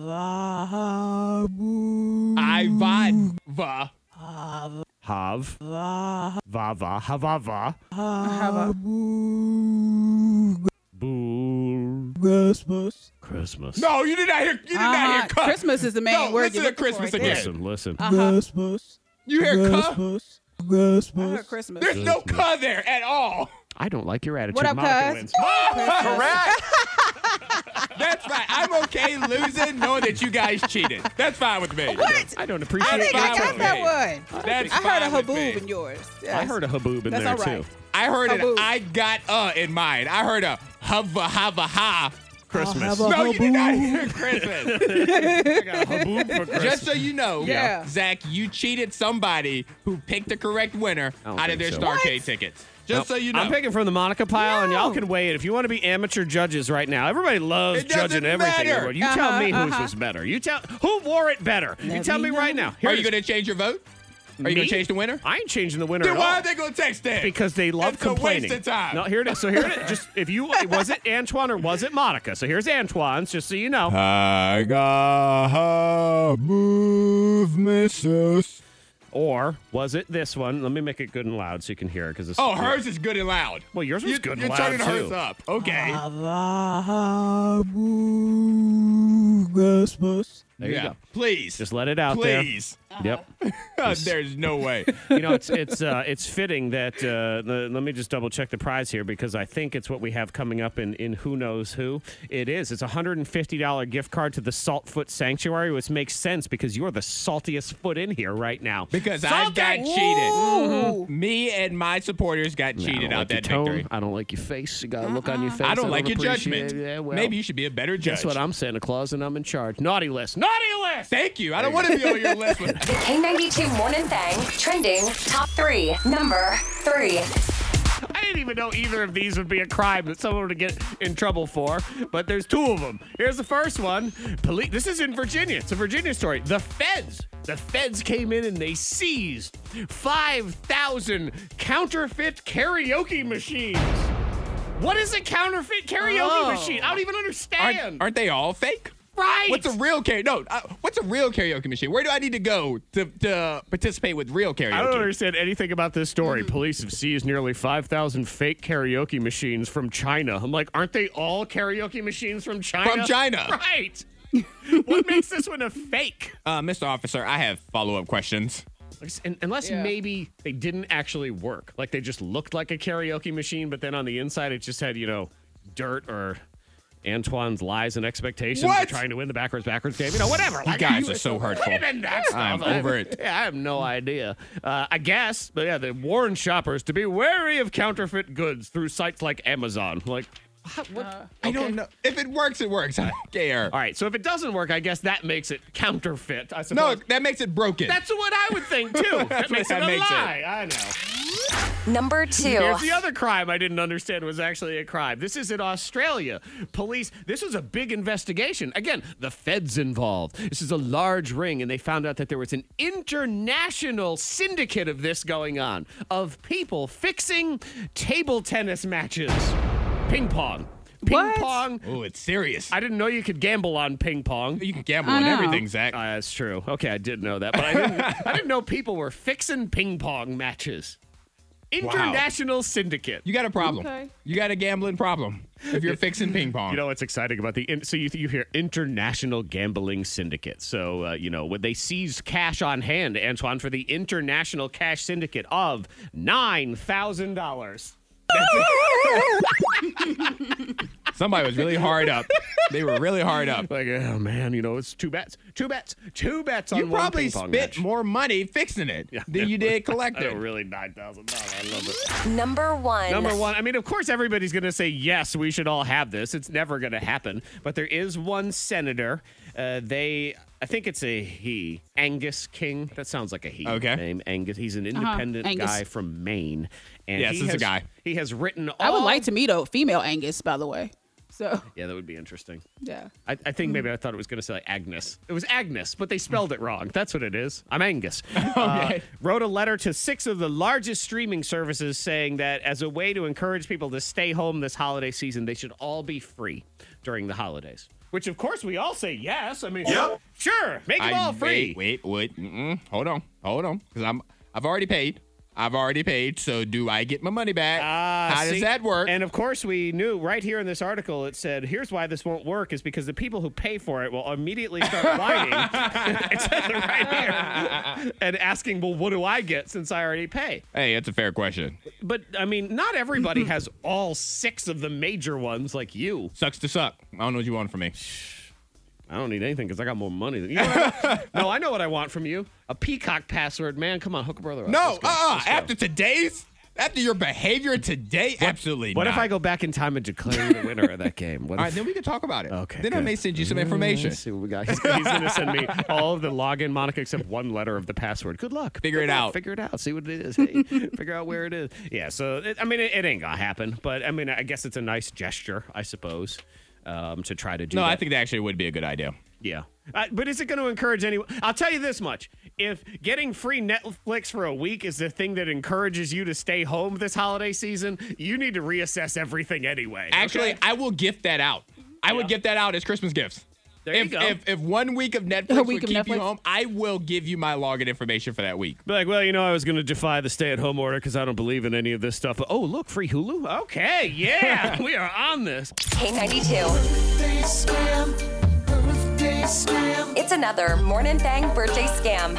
Speaker 5: vibe. Va.
Speaker 3: Hav. Va. Va va. Ha va va. Ha Boo. Christmas. Christmas.
Speaker 5: No, you did not hear. You did not hear.
Speaker 6: Uh,
Speaker 5: Cuss.
Speaker 6: Christmas is the main
Speaker 5: No,
Speaker 6: word.
Speaker 5: listen
Speaker 6: you're
Speaker 5: to
Speaker 6: looking for
Speaker 5: Christmas
Speaker 6: right there.
Speaker 5: again.
Speaker 3: Listen, listen.
Speaker 7: Uh-huh.
Speaker 5: You hear cuh?
Speaker 6: I heard Christmas.
Speaker 5: There's no cuh there at all.
Speaker 3: I don't like your attitude.
Speaker 6: What up,
Speaker 3: Monica
Speaker 6: cuz?
Speaker 3: wins.
Speaker 5: That's fine. I'm okay losing knowing that you guys cheated. That's fine with me.
Speaker 7: What?
Speaker 3: I don't
Speaker 7: I
Speaker 3: appreciate
Speaker 7: think
Speaker 5: fine
Speaker 7: I
Speaker 3: that.
Speaker 5: with me.
Speaker 7: got that one.
Speaker 5: That's
Speaker 7: I heard a
Speaker 5: fine with me.
Speaker 7: haboob in yours.
Speaker 3: I heard a haboob in
Speaker 6: That's
Speaker 3: there
Speaker 6: all right.
Speaker 3: too.
Speaker 5: I heard it.
Speaker 7: Haboob.
Speaker 5: I got uh in mine. I heard a hava hava ha.
Speaker 3: Christmas.
Speaker 5: No, you did not hear Christmas.
Speaker 3: I got a haboob for Christmas.
Speaker 5: Just so you know,
Speaker 7: Yeah.
Speaker 5: Zach, you cheated somebody who picked the correct winner
Speaker 3: I don't
Speaker 5: out of
Speaker 3: think
Speaker 5: their
Speaker 3: so.
Speaker 5: Starcade tickets. Just so you know.
Speaker 3: I'm picking from the Monica pile, and y'all
Speaker 7: No.
Speaker 3: can weigh it. If you want to be amateur judges right now, everybody loves
Speaker 5: It doesn't
Speaker 3: judging everything. in the
Speaker 5: matter.
Speaker 3: world. You tell
Speaker 7: Uh-huh,
Speaker 3: me whose
Speaker 7: uh-huh.
Speaker 3: was better. You tell who wore it better. you
Speaker 7: Let
Speaker 3: tell me
Speaker 7: me
Speaker 3: right
Speaker 7: know.
Speaker 3: now.
Speaker 5: Are
Speaker 3: Here's-
Speaker 5: you going to change your vote? Are you
Speaker 3: Me?
Speaker 5: going to change the winner?
Speaker 3: I ain't changing the winner.
Speaker 5: Then
Speaker 3: at
Speaker 5: why
Speaker 3: all.
Speaker 5: are they going to text that?
Speaker 3: because they love
Speaker 5: It's a waste
Speaker 3: complaining.
Speaker 5: of time.
Speaker 3: No, here it is. So here it is. Just if you was it Antoine or was it Monica? So here's Antoine's, just so you know.
Speaker 5: I got move, missus.
Speaker 3: Or was it this one? Let me make it good and loud so you can hear it because
Speaker 5: Oh, hers is good and loud.
Speaker 3: Well, yours was
Speaker 5: You-
Speaker 3: good and
Speaker 5: You're
Speaker 3: loud,
Speaker 5: turning hers
Speaker 3: too. Ah,
Speaker 5: up. Okay.
Speaker 3: There
Speaker 5: yeah.
Speaker 3: you go.
Speaker 5: Please.
Speaker 3: Just let it out there.
Speaker 5: Please.
Speaker 3: Yep.
Speaker 5: There's no way.
Speaker 3: You know, it's it's uh, it's fitting that. Uh, the, let me just double check the prize here because I think it's what we have coming up in in Who Knows Who. It is. It's a hundred and fifty dollar gift card to the Saltfoot Sanctuary, which makes sense because you're the saltiest foot in here right now.
Speaker 5: Because I got cheated. Me and my supporters got cheated out that victory. Uh-uh.
Speaker 3: I don't like your face. You got a look on your face.
Speaker 5: I don't like your judgment. Maybe you should be a better judge.
Speaker 3: Guess what? I'm Santa Claus and I'm in charge. Naughty list. Naughty list.
Speaker 5: Thank you. I don't want to be on your list. With-
Speaker 2: The K92 Morning Thang trending top three. Number three.
Speaker 3: I didn't even know either of these would be a crime that someone would get in trouble for, but there's two of them. Here's the first one. Police. This is in Virginia. It's a Virginia story. The feds. The feds came in and they seized 5,000 counterfeit karaoke machines. What is a counterfeit karaoke
Speaker 7: Oh.
Speaker 3: machine? I don't even understand.
Speaker 5: aren't, aren't they all fake?
Speaker 3: right.
Speaker 5: What's a real karaoke? No, uh, what's a real karaoke machine? Where do I need to go to, to participate with real karaoke? Mm-hmm.
Speaker 3: I don't understand anything about this story. Police have seized nearly 5,000 fake karaoke machines from China. I'm like, aren't they all karaoke machines from China?
Speaker 5: From China.
Speaker 3: Right. what makes this one a fake?
Speaker 5: Uh, Mr. Officer, I have follow up questions.
Speaker 3: Un- Unless
Speaker 7: Yeah.
Speaker 3: maybe they didn't actually work. Like they just looked like a karaoke machine, but then on the inside it just had, you know, dirt or Antoine's lies and expectations for
Speaker 5: What?
Speaker 3: trying to win the backwards backwards game. You know, whatever.
Speaker 5: You
Speaker 3: Like,
Speaker 5: guys are so
Speaker 3: Could
Speaker 5: hurtful.
Speaker 3: have been that stuff.
Speaker 5: I'm
Speaker 3: I-
Speaker 5: over it.
Speaker 3: Yeah, I have no idea. Uh, I guess, but yeah, they warn shoppers to be wary of counterfeit goods through sites like Amazon. Like, what? what-
Speaker 5: I don't know. If it works, it works. I don't care.
Speaker 3: all right, so if it doesn't work, I guess that makes it counterfeit. I
Speaker 5: No,
Speaker 3: suppose.
Speaker 5: that makes it broken.
Speaker 3: that's what I would think too. that
Speaker 5: That's
Speaker 3: makes
Speaker 5: what
Speaker 3: it
Speaker 5: that
Speaker 3: a
Speaker 5: makes it.
Speaker 3: lie. I know.
Speaker 2: Number two.
Speaker 3: Here's the other crime I didn't understand was actually a crime. This is in Australia. Police. This was a big investigation. Again, the feds involved. This is a large ring, and they found out that there was an international syndicate of this going on of people fixing table tennis matches, ping pong, ping
Speaker 7: What?
Speaker 3: pong.
Speaker 5: oh, it's serious.
Speaker 3: I didn't know you could gamble on ping pong.
Speaker 5: you can gamble
Speaker 6: I
Speaker 5: on
Speaker 6: know.
Speaker 5: everything, Zach.
Speaker 3: Uh, that's true. Okay, I did know that, but I didn't, I didn't know people were fixing ping pong matches. International syndicate.
Speaker 5: you got a problem.
Speaker 6: Okay.
Speaker 5: You got a gambling problem if you're fixing ping pong.
Speaker 3: You know what's exciting about the in, so you you hear international gambling syndicate. So uh, you know when they seized cash on hand, Antoine, for the international cash syndicate of nine thousand dollars.
Speaker 5: Somebody was really hard up. They were really hard up.
Speaker 3: Like oh man, you know it's two bets, two bets, two bets on
Speaker 5: You
Speaker 3: one
Speaker 5: probably
Speaker 3: ping pong
Speaker 5: spent
Speaker 3: match.
Speaker 5: more money fixing it than you did
Speaker 3: I don't
Speaker 5: collecting.
Speaker 3: really nine thousand dollars. I love it.
Speaker 2: Number one.
Speaker 3: Number one, I mean, of course, everybody's going to say, yes, we should all have this. It's never going to happen. But there is one senator. Uh, they, I think it's a he, Angus King. That sounds like a he.
Speaker 5: Okay.
Speaker 3: Name Angus. He's an independent
Speaker 6: Uh-huh. Angus.
Speaker 3: guy from Maine. And
Speaker 5: Yes,
Speaker 3: he
Speaker 5: it's a
Speaker 3: has-
Speaker 5: guy.
Speaker 3: He has written all.
Speaker 6: I would like to meet a female Angus, by the way. So
Speaker 3: Yeah, that would be interesting.
Speaker 6: yeah.
Speaker 3: I, I think maybe I thought it was going to say like Agnes. It was Agnes, but they spelled it wrong. That's what it is. I'm Angus. Uh, wrote a letter to six of the largest streaming services saying that as a way to encourage people to stay home this holiday season, they should all be free during the holidays. Which, of course, we all say yes. I mean, sure, make them
Speaker 5: I-
Speaker 3: all free.
Speaker 5: Wait, wait, wait. Mm-mm. Hold on, hold on, because I'm I've already paid. I've already paid, so do I get my money back?
Speaker 3: Ah,
Speaker 5: How
Speaker 3: see?
Speaker 5: does that work?
Speaker 3: And of course, we knew right here in this article it said, "Here's why this won't work: is because the people who pay for it will immediately start whining." it says it right here, and asking, "Well, what do I get since I already pay?"
Speaker 5: hey, that's a fair question.
Speaker 3: But I mean, not everybody has all six of the major ones like you.
Speaker 5: Sucks to suck. I don't know what you want from me.
Speaker 3: I don't need anything because I got more money than you. Know what I want? no, I know what I want from you: a peacock password, man. Come on, hook a brother up.
Speaker 5: No,
Speaker 3: Let's go.
Speaker 5: uh, uh
Speaker 3: Let's go.
Speaker 5: after today's, after your behavior today, absolutely.
Speaker 3: What
Speaker 5: not.
Speaker 3: if I go back in time and declare you the winner of that game? What
Speaker 5: All
Speaker 3: if-
Speaker 5: right, then we can talk about it.
Speaker 3: Okay,
Speaker 5: Then I
Speaker 3: good.
Speaker 5: may send you some
Speaker 3: Mm,
Speaker 5: information.
Speaker 3: let's see what we got. He's, he's going to send me all of the login Monica except one letter of the password. Good luck.
Speaker 5: Figure
Speaker 3: Good
Speaker 5: it
Speaker 3: luck.
Speaker 5: out.
Speaker 3: Figure it out. See what it is. Hey, figure out where it is. Yeah. So it, I mean, it, it ain't gonna happen. But I mean, I guess it's a nice gesture, I suppose, um, to try to do.
Speaker 5: No,
Speaker 3: that.
Speaker 5: I think that actually would be a good idea.
Speaker 3: Yeah. Uh, but is it going to encourage anyone? I'll tell you this much. If getting free Netflix for a week is the thing that encourages you to stay home this holiday season, you need to reassess everything anyway.
Speaker 5: Actually,
Speaker 3: okay?
Speaker 5: I will gift that out. I would gift that out as Christmas gifts.
Speaker 3: There you
Speaker 5: if,
Speaker 3: go.
Speaker 5: if if one week of Netflix
Speaker 6: A
Speaker 5: would
Speaker 6: week of
Speaker 5: keep you
Speaker 6: Netflix?
Speaker 5: home, I will give you my login information for that week.
Speaker 3: Be like, well, you know, I was going to defy the stay at home order because I don't believe in any of this stuff. But oh, look, free Hulu? Okay, yeah, we are on this.
Speaker 2: K92. It's another Morning Thang birthday scam.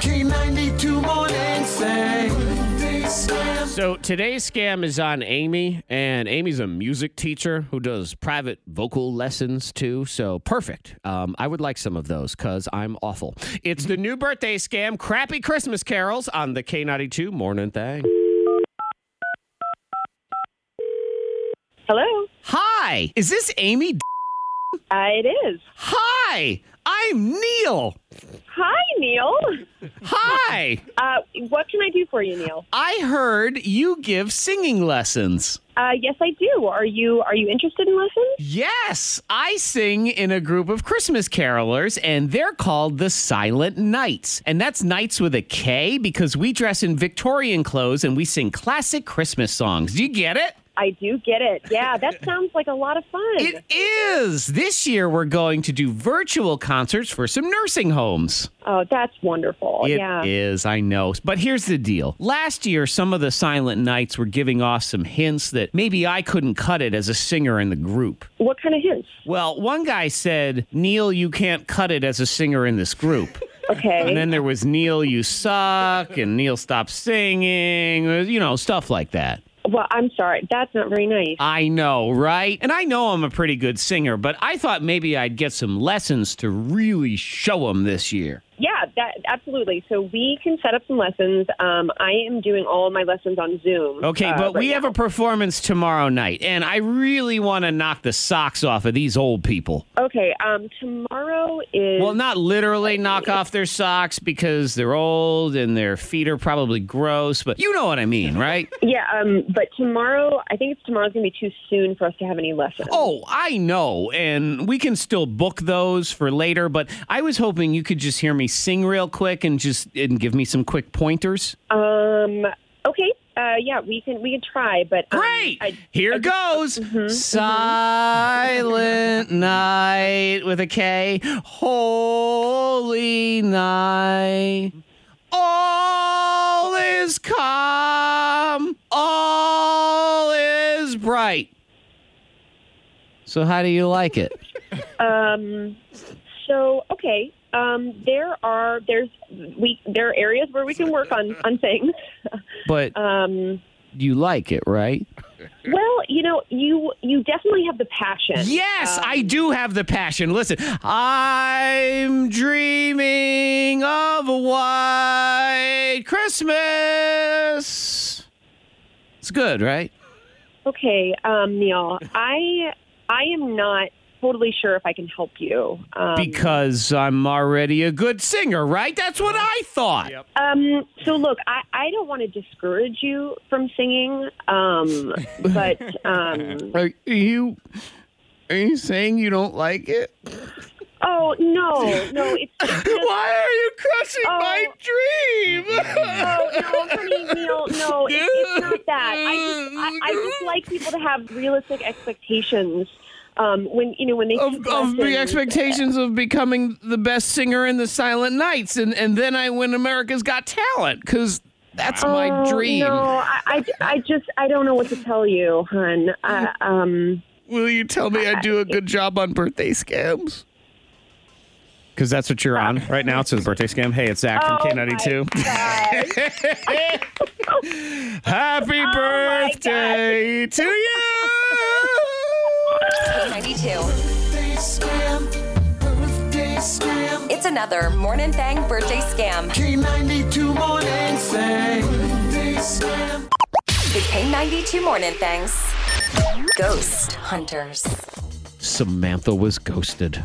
Speaker 3: So today's scam is on Amy, and Amy's a music teacher who does private vocal lessons too. So perfect. Um, I would like some of those because I'm awful. It's the new birthday scam, Crappy Christmas Carols on the K92 Morning Thing.
Speaker 7: Hello.
Speaker 3: Hi, is this Amy?
Speaker 7: Uh, it is.
Speaker 3: Hi, I'm Neil.
Speaker 7: Hi, Neil.
Speaker 3: Hi,
Speaker 7: Uh, what can I do for you, Neil?
Speaker 3: I heard you give singing lessons.
Speaker 7: Uh, yes, I do. Are you Are you interested in lessons?
Speaker 3: Yes, I sing in a group of Christmas carolers, and they're called the Silent Knights. And that's Knights with a K because we dress in Victorian clothes and we sing classic Christmas songs. Do you get it?
Speaker 7: I do get it. Yeah, that sounds like a lot of fun.
Speaker 3: It is. This year, we're going to do virtual concerts for some nursing homes.
Speaker 7: oh, that's wonderful.
Speaker 3: It is,
Speaker 7: yeah.
Speaker 3: I know. But here's the deal. Last year, some of the Silent Knights were giving off some hints that maybe I couldn't cut it as a singer in the group.
Speaker 7: What kind of hints?
Speaker 3: Well, one guy said, Neil, you can't cut it as a singer in this group.
Speaker 7: Okay.
Speaker 3: And then there was Neil, you suck, and Neil, stop singing, uh, you know, stuff like that.
Speaker 7: well, I'm sorry. That's not very nice.
Speaker 3: I know, right? And I know I'm a pretty good singer, but I thought maybe I'd get some lessons to really show them this year.
Speaker 7: yeah, that absolutely. So we can set up some lessons. Um, I am doing all my lessons on Zoom.
Speaker 3: Okay,
Speaker 7: uh,
Speaker 3: but
Speaker 7: right
Speaker 3: we have
Speaker 7: now.
Speaker 3: a performance tomorrow night, and I really want to knock the socks off of these old people.
Speaker 7: Okay. Um, tomorrow is.
Speaker 3: Well, not literally knock off their socks because they're old and their feet are probably gross, but you know what I mean, right?
Speaker 7: Yeah. Um, but tomorrow, I think it's tomorrow's gonna be too soon for us to have any lessons.
Speaker 3: Oh, I know. And we can still book those for later, but I was hoping you could just hear me sing real quick and just and give me some quick pointers.
Speaker 7: Um. Okay. Uh. Yeah. We can. We can try. But um,
Speaker 3: Great.
Speaker 7: I- Mm-hmm,
Speaker 3: Here goes. Silent night with a K. Holy night. All is calm. All is bright. So how do you like it?
Speaker 7: um. So okay. Um. There are. There's. We. There are areas where we can work on on things.
Speaker 3: But
Speaker 7: Um.
Speaker 3: you like it, right?
Speaker 7: Well, you know, you you definitely have the passion.
Speaker 3: Yes,
Speaker 7: Um,
Speaker 3: I do have the passion. Listen, I'm dreaming of a white Christmas. It's good, right?
Speaker 7: Okay. Um. Neil, I I am not totally sure if I can help you. Um,
Speaker 3: Because I'm already a good singer, right? That's
Speaker 7: uh-huh.
Speaker 3: what I thought.
Speaker 7: Um, so look, I, I don't want to discourage you from singing, um, but um,
Speaker 3: Are you are you saying you don't like it?
Speaker 7: oh no, no, it's it's just
Speaker 3: Why are you crushing
Speaker 7: Oh.
Speaker 3: my dream?
Speaker 7: Oh, no, honey, Neil, no, it, it's not that. I just, I, I just like people to have realistic expectations. Um, when you know when they
Speaker 3: of,
Speaker 7: think
Speaker 3: of
Speaker 7: lessons.
Speaker 3: the expectations of becoming the best singer in the Silent Nights, and, and then I win America's Got Talent because
Speaker 1: That's
Speaker 7: Oh,
Speaker 1: my dream.
Speaker 7: No, I, I, I just, I don't know what to tell you, hun. I, um,
Speaker 1: Will you tell me I do a good job on birthday scams? Because that's what you're on right now. It's a birthday scam. Hey, it's Zach
Speaker 7: Oh
Speaker 1: from K92.
Speaker 7: Oh,
Speaker 1: Happy birthday to you!
Speaker 2: K92. It's another Morning Thang birthday scam. The K92 Morning Thangs. Ghost Hunters.
Speaker 3: Samantha was ghosted.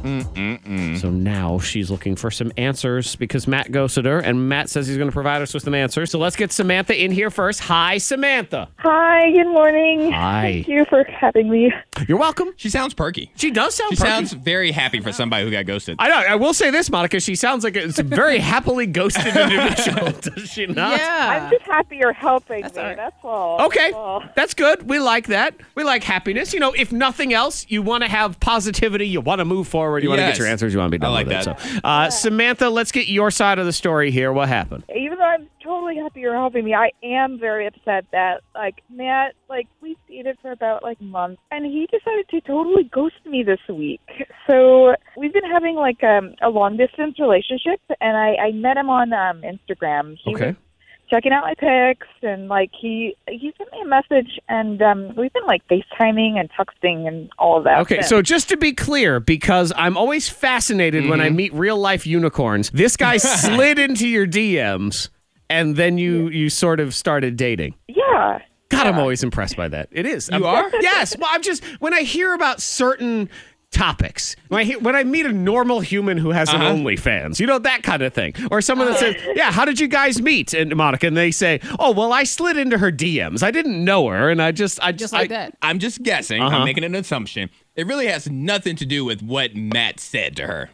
Speaker 3: So now she's looking for some answers because Matt ghosted her, and Matt says he's going to provide us with some answers. So let's get Samantha in here first. Hi, Samantha.
Speaker 8: Hi, good morning.
Speaker 3: Hi.
Speaker 8: Thank you for having me.
Speaker 3: You're welcome.
Speaker 5: She sounds perky.
Speaker 3: She does sound.
Speaker 5: She
Speaker 3: perky.
Speaker 5: sounds very happy for somebody who got ghosted.
Speaker 3: I know. I will say this, Monica. She sounds like it's a very happily ghosted individual. Does she not?
Speaker 8: I'm
Speaker 6: Yeah.
Speaker 8: just happy you're helping me.
Speaker 6: Uh, all right.
Speaker 8: That's all.
Speaker 3: Okay,
Speaker 8: That's all.
Speaker 3: that's good. We like that. We like happiness. You know, if nothing else, you want to have positivity. You want to move forward. You want to get
Speaker 5: Yes.
Speaker 3: your answers. You want to be done
Speaker 5: I like
Speaker 3: with it.
Speaker 5: that.
Speaker 3: So, uh, Samantha, let's get your side of the story here. What happened?
Speaker 8: Even though I'm totally happy you're helping me, I am very upset that like Matt, like we dated for about like a month, and he decided to totally ghost me this week. So we've been having like um, a long distance relationship, and I, I met him on um, Instagram. He was checking out my pics and like he he sent me a message and um we've been like FaceTiming and texting and all of that.
Speaker 3: Okay,
Speaker 8: since.
Speaker 3: so just to be clear, because I'm always fascinated when
Speaker 5: Mm-hmm.
Speaker 3: I meet real life unicorns, this guy slid into your DMs and then you you sort of started dating.
Speaker 8: yeah.
Speaker 3: God, I'm always impressed by that. It is.
Speaker 5: You
Speaker 3: I'm-
Speaker 5: are?
Speaker 3: Yes. Well, I'm just when I hear about certain topics, when I, hear, when I meet a normal human who has
Speaker 5: Uh-huh.
Speaker 3: an OnlyFans, you know that kind of thing, or someone that says, "Yeah, how did you guys meet?" and Monica, and they say, "Oh, well, I slid into her DMs. I didn't know her, and I just, I
Speaker 6: Just
Speaker 3: just,
Speaker 6: like
Speaker 3: I,
Speaker 6: that.
Speaker 5: I'm just guessing.
Speaker 3: Uh-huh.
Speaker 5: I'm making an assumption. It really has nothing to do with what Matt said to her.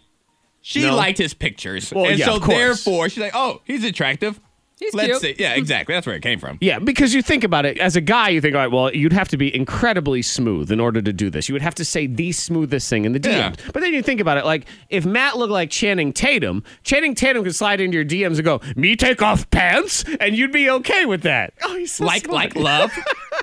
Speaker 5: She
Speaker 3: No.
Speaker 5: liked his pictures.
Speaker 3: Well,
Speaker 5: and
Speaker 3: yeah,
Speaker 5: so
Speaker 3: of course.
Speaker 5: therefore she's like, oh, he's attractive.
Speaker 6: He's
Speaker 5: Let's
Speaker 6: cute.
Speaker 3: Hmm.
Speaker 5: see. Yeah, exactly. That's where it came from.
Speaker 3: Yeah, because you think about it as a guy, you think, all right, well, you'd have to be incredibly smooth in order to do this. You would have to say the smoothest thing in the DMs.
Speaker 5: Yeah.
Speaker 3: But then you think about it, like if Matt looked like Channing Tatum, Channing Tatum could slide into your DMs and go, "Me take off pants," and you'd be okay with that. Oh, he's so
Speaker 5: Like
Speaker 3: smart.
Speaker 5: like love.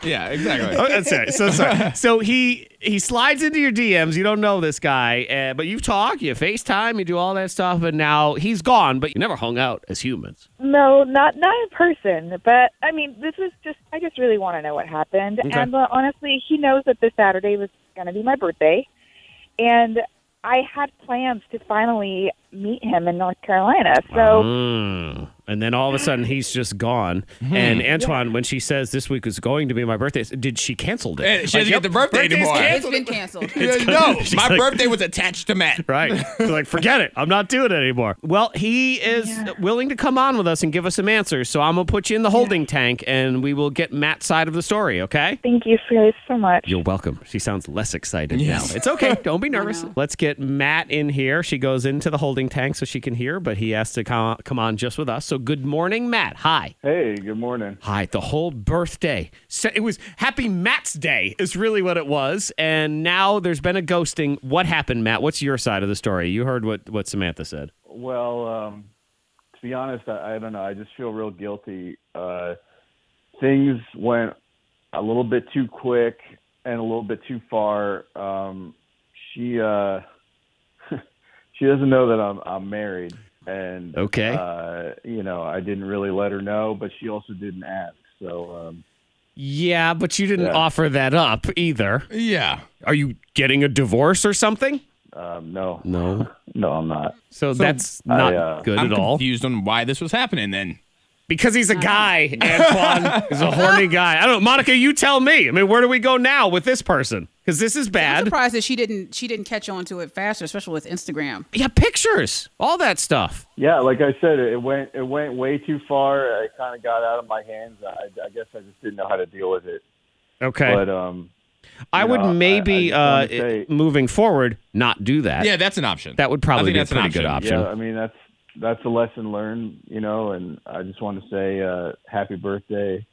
Speaker 5: yeah, exactly.
Speaker 3: Oh, that's right. So sorry. So he he slides into your DMs. You don't know this guy, uh, but you talk, you FaceTime, you do all that stuff, and now he's gone. But you never hung out as humans.
Speaker 8: No, not not in person, but I mean, this was just I just really want to know what happened. And uh, honestly, he knows that this Saturday was going to be my birthday, and I had plans to finally meet him in North Carolina. So
Speaker 3: Mm. And then all of a sudden, he's just gone. And Antoine, when she says this week is going to be my birthday, did she canceled it?
Speaker 5: Eh, she doesn't get the birthday
Speaker 3: birthday's
Speaker 5: anymore.
Speaker 3: canceled.
Speaker 6: It's been canceled.
Speaker 5: no,
Speaker 3: She's
Speaker 5: my
Speaker 3: like-
Speaker 5: birthday was attached to Matt.
Speaker 3: Right. She's like, forget it. I'm not doing it anymore. Well, he is willing to come on with us and give us some answers. So I'm going to put you in the holding tank and we will get Matt's side of the story, okay?
Speaker 8: thank you guys so much.
Speaker 3: You're welcome. She sounds less excited
Speaker 5: Yes.
Speaker 3: now. It's okay. Don't be nervous.
Speaker 6: know.
Speaker 3: Let's get Matt in here. She goes into the holding tank so she can hear, but he has to co- come on just with us. So good morning, Matt. Hi.
Speaker 9: Hey, good morning.
Speaker 3: Hi, the whole birthday. So it was Happy Matt's Day, is really what it was. And now there's been a ghosting. What happened, Matt? What's your side of the story? You heard what, what Samantha said.
Speaker 9: Well, um, to be honest, I, I don't know. I just feel real guilty. Uh, things went a little bit too quick and a little bit too far. Um, she uh, she doesn't know that I'm I'm married, and
Speaker 3: Okay.
Speaker 9: uh, you know, I didn't really let her know, but she also didn't ask. So um,
Speaker 3: Yeah, but you didn't
Speaker 9: Yeah.
Speaker 3: offer that up either.
Speaker 5: Yeah.
Speaker 3: Are you getting a divorce or something?
Speaker 9: um, no,
Speaker 3: No.
Speaker 9: no, I'm not.
Speaker 3: So, that's not
Speaker 9: uh,
Speaker 3: good
Speaker 5: I'm
Speaker 3: at all.
Speaker 5: confused on why this was happening then.
Speaker 3: Because he's a guy, Antoine. he's a horny guy. I don't know. Monica, you tell me. I mean, where do we go now with this person? Because this is
Speaker 6: I'm
Speaker 3: bad.
Speaker 6: surprised that she didn't she didn't catch on to it faster, especially with Instagram.
Speaker 3: Yeah, pictures, all that stuff.
Speaker 9: Yeah, like I said, it went it went way too far. It kind of got out of my hands. I, I guess I just didn't know how to deal with it.
Speaker 3: Okay.
Speaker 9: But um,
Speaker 3: I
Speaker 9: You
Speaker 3: would
Speaker 9: know, I-
Speaker 3: maybe
Speaker 9: I
Speaker 3: uh,
Speaker 9: just wanna say-
Speaker 3: moving forward not do that.
Speaker 5: Yeah, that's an option.
Speaker 3: that would
Speaker 5: I
Speaker 3: probably
Speaker 5: think
Speaker 3: be a
Speaker 5: that's an
Speaker 3: pretty good option.
Speaker 9: yeah, I mean that's that's a lesson learned, you know. And I just want to say uh, happy birthday,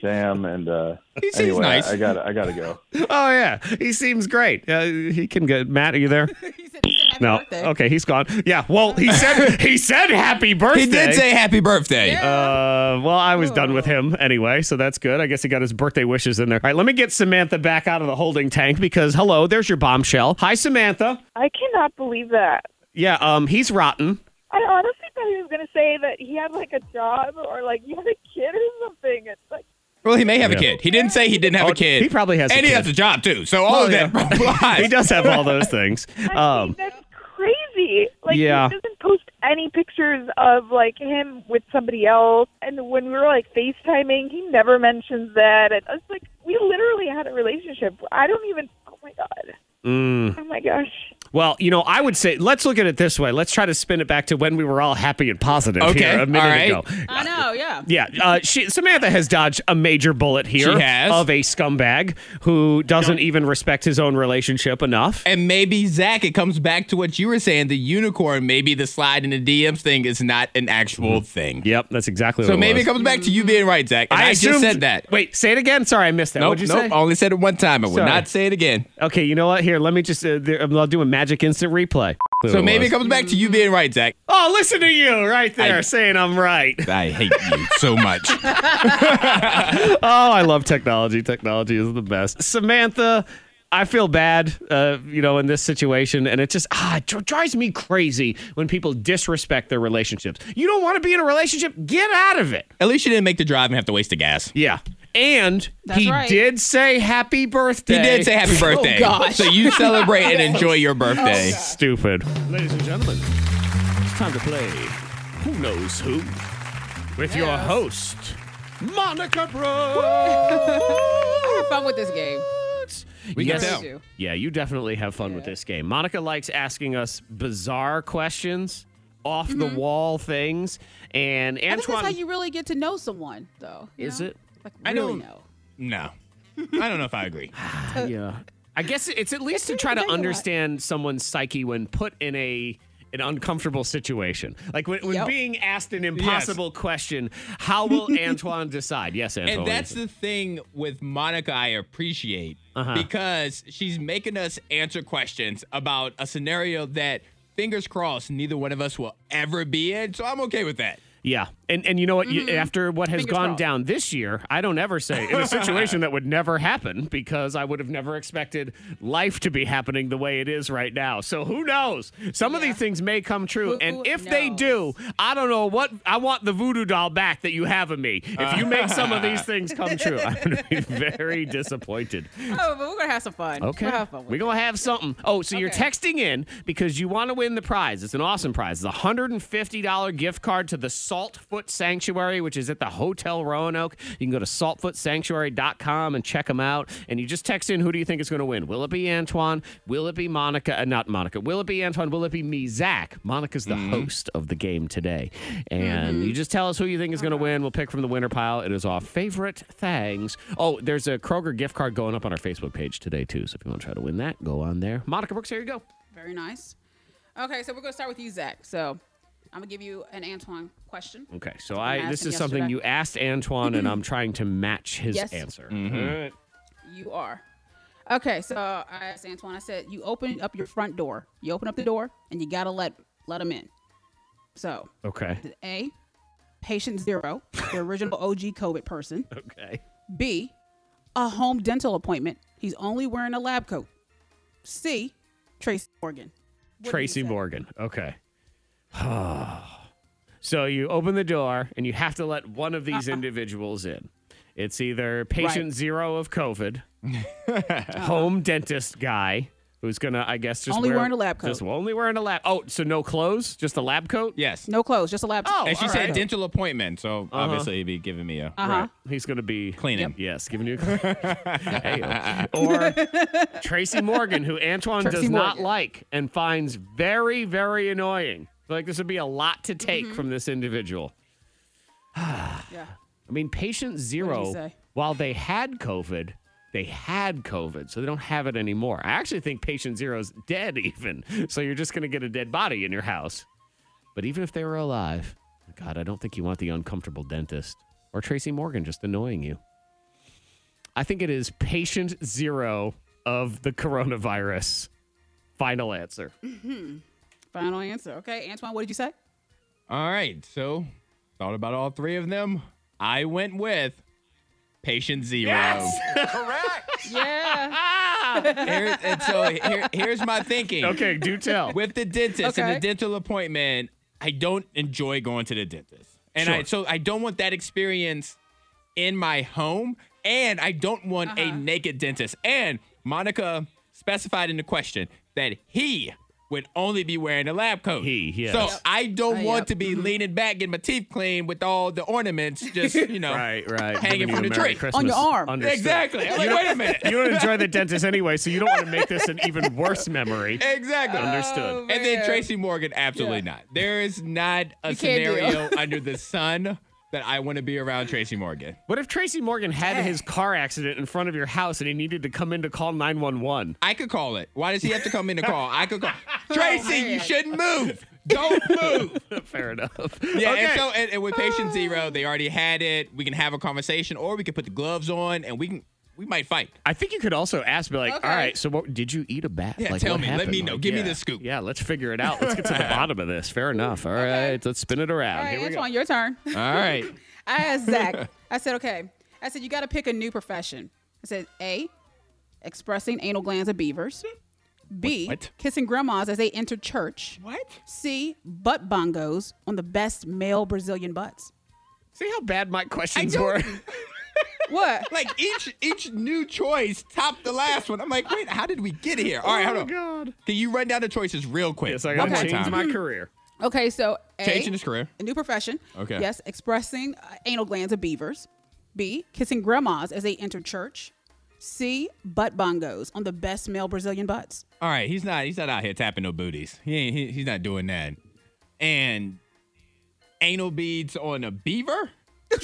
Speaker 9: Sam. And uh,
Speaker 5: He seems
Speaker 9: anyway,
Speaker 5: nice.
Speaker 9: I, I gotta I gotta go.
Speaker 3: Oh yeah, he seems great. Uh, he can get Matt. Are you there?
Speaker 6: Happy
Speaker 3: no.
Speaker 6: birthday.
Speaker 3: Okay, he's gone. Yeah. Well, he said he said happy birthday.
Speaker 5: He did say happy birthday.
Speaker 3: Uh, well, I was done with him anyway, so that's good. I guess he got his birthday wishes in there. All right, let me get Samantha back out of the holding tank because hello, there's your bombshell. Hi, Samantha.
Speaker 8: I cannot believe that.
Speaker 3: Yeah, um, he's rotten.
Speaker 8: I honestly thought he was going to say that he had like a job or like he had a kid or something. It's like,
Speaker 5: Well, he may have a kid. He didn't say he didn't have
Speaker 3: Oh,
Speaker 5: a kid.
Speaker 3: he probably has a
Speaker 5: and he
Speaker 3: kid.
Speaker 5: has a job too. So all of that applies.
Speaker 3: He does have all those things.
Speaker 8: I
Speaker 3: Um,
Speaker 8: mean, that's crazy. Like,
Speaker 3: Yeah.
Speaker 8: he doesn't post any pictures of like him with somebody else. And when we were like FaceTiming, he never mentions that. And it's like we literally had a relationship. I don't even. Oh my god.
Speaker 3: Mm.
Speaker 8: Oh my gosh.
Speaker 3: well, you know, I would say let's look at it this way. Let's try to spin it back to when we were all happy and positive
Speaker 5: Okay,
Speaker 3: here a minute
Speaker 5: all right.
Speaker 3: ago.
Speaker 6: I know, yeah.
Speaker 3: Yeah, uh, she, Samantha has dodged a major bullet here
Speaker 5: She has.
Speaker 3: of a scumbag who doesn't even respect his own relationship enough.
Speaker 5: And maybe Zach, it comes back to what you were saying. The unicorn, maybe the slide in the DMs thing is not an actual thing.
Speaker 3: Yep, that's exactly what
Speaker 5: So
Speaker 3: it
Speaker 5: maybe
Speaker 3: was.
Speaker 5: it comes back to you being right, Zach. And I, just
Speaker 3: assumed-
Speaker 5: said that.
Speaker 3: Wait, say it again. Sorry, I missed that.
Speaker 5: Nope,
Speaker 3: What'd you
Speaker 5: nope.
Speaker 3: say?
Speaker 5: I only said it one time. I will
Speaker 3: Sorry.
Speaker 5: not say it again.
Speaker 3: Okay, you know what? Here, let me just. Uh, there, I'll do a magic instant replay.
Speaker 5: So maybe it comes back to you being right, Zach.
Speaker 3: Oh, listen to you right there
Speaker 5: I-
Speaker 3: saying I'm right.
Speaker 5: I hate you so much.
Speaker 3: Oh, I love technology. Technology is the best. Samantha, I feel bad, uh, you know, in this situation, and it just ah it dr- drives me crazy when people disrespect their relationships. You don't want to be in a relationship. Get out of it.
Speaker 5: At least you didn't make the drive and have to waste the gas.
Speaker 3: Yeah. And
Speaker 6: That's
Speaker 3: he
Speaker 6: right.
Speaker 3: did say happy birthday.
Speaker 5: He did say happy birthday.
Speaker 6: gosh.
Speaker 5: So you celebrate and enjoy your birthday.
Speaker 3: Stupid. Ladies and gentlemen, it's time to play Who Knows Who with your host, Monica Brooks.
Speaker 6: Have fun with this game.
Speaker 5: We
Speaker 3: yes.
Speaker 5: got
Speaker 6: Really
Speaker 5: down.
Speaker 6: do.
Speaker 3: Yeah, you definitely have fun with this game. Monica likes asking us bizarre questions, off the wall things, and
Speaker 6: Mm-hmm. I think that's
Speaker 3: Antoine.
Speaker 6: how you really get to know someone, though. you
Speaker 3: Is
Speaker 6: know?
Speaker 3: it?
Speaker 6: Like, really
Speaker 5: I don't-
Speaker 6: know.
Speaker 5: No. I don't know if I agree.
Speaker 3: yeah. I guess it's at least to
Speaker 6: makes
Speaker 3: try
Speaker 6: me
Speaker 3: to
Speaker 6: Uh, think a lot.
Speaker 3: understand someone's psyche when put in a an uncomfortable situation. Like when, when
Speaker 6: Yep.
Speaker 3: being asked an impossible question, how will Antoine decide? Yes, Antoine.
Speaker 5: And that's the thing with Monica I appreciate because she's making us answer questions about a scenario that fingers crossed neither one of us will ever be in. So I'm okay with that.
Speaker 3: Yeah, and and you know what? You, after what has
Speaker 6: Mm-hmm. Fingers
Speaker 3: gone
Speaker 6: crossed.
Speaker 3: down this year, I don't ever say in a situation that would never happen because I would have never expected life to be happening the way it is right now. So who knows? Some of these things may come true,
Speaker 6: Who-
Speaker 3: and
Speaker 6: who
Speaker 3: if they do, I don't know what I want the voodoo doll back that you have of me. If you make some of these things come true, I'm going to be very disappointed.
Speaker 6: Oh, but we're gonna have some fun.
Speaker 3: Okay.
Speaker 6: We'll have fun with
Speaker 3: We're going to have something. Oh, so you're
Speaker 6: Okay.
Speaker 3: texting in because you want to win the prize. It's an awesome prize. It's a $150 gift card to the Saltfoot Sanctuary, which is at the Hotel Roanoke. You can go to saltfootsanctuary.com and check them out. And you just text in who do you think is going to win? Will it be Antoine? Will it be Monica? Uh, not Monica. Will it be Antoine? Will it be me, Zach? Monica's the host of the game today. And you just tell us who you think is going to win. We'll pick from the winner pile. It is our favorite things. Oh, there's a Kroger gift card going up on our Facebook page today, too. So if you want to try to win that, go on there. Monica Brooks, here you go.
Speaker 6: Very nice. Okay, so we're gonna start with you, Zach. So I'm gonna give you an Antoine question.
Speaker 3: Okay, so
Speaker 6: I
Speaker 3: I
Speaker 6: asked
Speaker 3: this
Speaker 6: him
Speaker 3: is something
Speaker 6: yesterday.
Speaker 3: you asked Antoine, and I'm trying to match his
Speaker 6: Yes.
Speaker 3: answer.
Speaker 6: You are. Okay, so I asked Antoine. I said you open up your front door. You open up the door, and you gotta let let them in. So
Speaker 3: Okay,
Speaker 6: A, patient zero, the original OG COVID person.
Speaker 3: okay.
Speaker 6: B, a home dental appointment. He's only wearing a lab coat. C, Tracy Morgan.
Speaker 3: Tracy Morgan. Okay. so you open the door and you have to let one of these individuals in. It's either patient
Speaker 6: Uh-uh. Right.
Speaker 3: zero of COVID, home dentist guy who's gonna, I guess, just
Speaker 6: Only
Speaker 3: wear-
Speaker 6: wearing a lab coat.
Speaker 3: Just only wearing a lab. Oh, so no clothes, just a lab coat.
Speaker 5: Yes.
Speaker 6: No clothes, just a lab
Speaker 3: Oh,
Speaker 6: coat.
Speaker 5: and she
Speaker 3: all
Speaker 5: said
Speaker 3: right.
Speaker 5: dental appointment. So obviously he'd be giving me a
Speaker 6: Uh-huh.
Speaker 3: He's gonna be
Speaker 5: cleaning.
Speaker 3: Yes, giving you Hey, or Tracy Morgan, who Antoine does
Speaker 6: Tracy
Speaker 3: not
Speaker 6: Morgan.
Speaker 3: like and finds very, very annoying. Like this would be a lot to take
Speaker 6: Mm-hmm.
Speaker 3: from this individual.
Speaker 6: Yeah.
Speaker 3: I mean, patient zero,
Speaker 6: say?
Speaker 3: while they had COVID, they had COVID, so they don't have it anymore. I actually think patient zero's dead, even. So you're just going to get a dead body in your house. But even if they were alive, God, I don't think you want the uncomfortable dentist or Tracy Morgan just annoying you. I think it is patient zero of the coronavirus. Final answer.
Speaker 6: Final answer. Okay, Antoine, what did you say?
Speaker 5: All right, so thought about all three of them. I went with patient zero.
Speaker 6: Yeah.
Speaker 5: Here- and so here- here's my thinking.
Speaker 3: Okay, do tell.
Speaker 5: With the dentist and
Speaker 6: Okay.
Speaker 5: the dental appointment, I don't enjoy going to the dentist, and I so I don't want that experience in my home, and I don't want a
Speaker 6: Uh-huh.
Speaker 5: naked dentist. And Monica specified in the question that he would only be wearing a lab coat.
Speaker 3: He, yes.
Speaker 5: So
Speaker 3: Yep.
Speaker 5: I don't
Speaker 6: Uh,
Speaker 5: want
Speaker 6: yep.
Speaker 5: to be leaning back getting my teeth clean with all the ornaments, just you know,
Speaker 3: Right, right.
Speaker 5: hanging
Speaker 3: Giving
Speaker 5: from
Speaker 3: you
Speaker 5: the
Speaker 3: a Merry
Speaker 5: tree.
Speaker 3: Christmas.
Speaker 6: On your arm.
Speaker 3: Understood.
Speaker 5: Exactly. I'm like, wait a minute.
Speaker 3: You don't enjoy the dentist anyway, so you don't want to make this an even worse memory. Um,
Speaker 5: Exactly.
Speaker 6: Oh,
Speaker 3: Understood.
Speaker 5: And then Tracy Morgan, absolutely not. There is not a
Speaker 6: You can't do it.
Speaker 5: scenario under the sun that I want to be around Tracy Morgan.
Speaker 3: What if Tracy Morgan had his car accident in front of your house and he needed to come in to call 911?
Speaker 5: I could call it. Why does he have to come in to call? I could call. Tracy, you
Speaker 6: Oh, man.
Speaker 5: shouldn't move. Don't move.
Speaker 3: Fair enough.
Speaker 5: Yeah,
Speaker 3: okay.
Speaker 5: and so and, and with
Speaker 6: Ah.
Speaker 5: patient zero, they already had it. We can have a conversation, or we can put the gloves on, and we can we might fight.
Speaker 3: I think you could also ask me like,
Speaker 6: Okay.
Speaker 3: all right, so what did you eat a bat?
Speaker 5: Yeah,
Speaker 3: like,
Speaker 5: tell
Speaker 3: what
Speaker 5: me. Let
Speaker 3: happened?"
Speaker 5: me know.
Speaker 3: Like,
Speaker 5: Give me
Speaker 3: yeah.
Speaker 5: the scoop.
Speaker 3: Yeah, let's figure it out. Let's get to the bottom of this. Fair enough. All right, let's spin it
Speaker 6: All
Speaker 3: around.
Speaker 6: right,
Speaker 3: Here we go.
Speaker 6: Antoine, your turn.
Speaker 5: All right.
Speaker 6: I asked Zach. I said, okay. I said, you got to pick a new profession. I said, A, expressing anal glands of beavers. B,
Speaker 5: What?
Speaker 6: kissing grandmas as they enter church.
Speaker 5: What?
Speaker 6: C, butt bongos on the best male Brazilian butts.
Speaker 3: See how bad my questions
Speaker 5: don't-
Speaker 3: were?
Speaker 6: What?
Speaker 5: Like each each new choice topped the last one. I'm like, wait, how did we get here? All right,
Speaker 6: Oh,
Speaker 5: hold on.
Speaker 3: Oh, God.
Speaker 5: Can you run down the choices real quick?
Speaker 3: Yes,
Speaker 5: One
Speaker 3: I gotta
Speaker 5: more
Speaker 3: change
Speaker 5: time.
Speaker 3: my career.
Speaker 6: Okay, so A,
Speaker 5: Changing his career.
Speaker 6: a new profession.
Speaker 5: Okay.
Speaker 6: Yes, expressing uh, anal glands of beavers. B, kissing grandmas as they enter church. C, butt bongos on the best male Brazilian butts.
Speaker 5: All right, he's not he's not out here tapping no booties. He ain't he, he's not doing that. And anal beads on a beaver?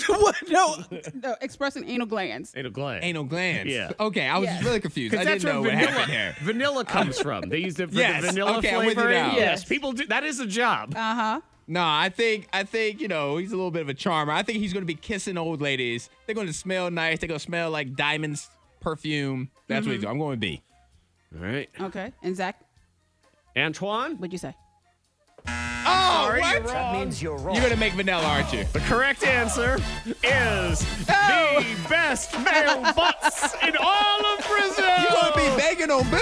Speaker 6: what? No, no, expressing anal glands.
Speaker 3: Ain't a gland.
Speaker 5: Anal glands.
Speaker 3: Yeah.
Speaker 5: Okay, I was
Speaker 6: Yeah.
Speaker 5: really confused. I didn't
Speaker 3: Because that's
Speaker 5: know
Speaker 3: where
Speaker 5: what
Speaker 3: vanilla,
Speaker 5: happened here.
Speaker 3: vanilla comes from. They use the, the
Speaker 5: Yes,
Speaker 3: vanilla
Speaker 5: okay, I'm with you
Speaker 3: flavoring.
Speaker 5: now.
Speaker 3: Yes. people do. That is a job.
Speaker 5: Uh, No, I think I think, you know, he's a little bit of a charmer. I think he's gonna be kissing old ladies. They're gonna smell nice. They're gonna smell like diamonds perfume. That's what
Speaker 3: Mm-hmm.
Speaker 5: he's doing. I'm going to be.
Speaker 3: All right,
Speaker 6: Okay. And Zach,
Speaker 3: Antoine.
Speaker 6: what'd you say?
Speaker 5: Oh,
Speaker 3: Sorry,
Speaker 5: what?
Speaker 3: you're wrong.
Speaker 5: You're gonna make vanilla, aren't you?
Speaker 3: The correct answer is
Speaker 5: Oh!
Speaker 3: the best male butts in all of Brazil.
Speaker 5: You gonna be begging on booties?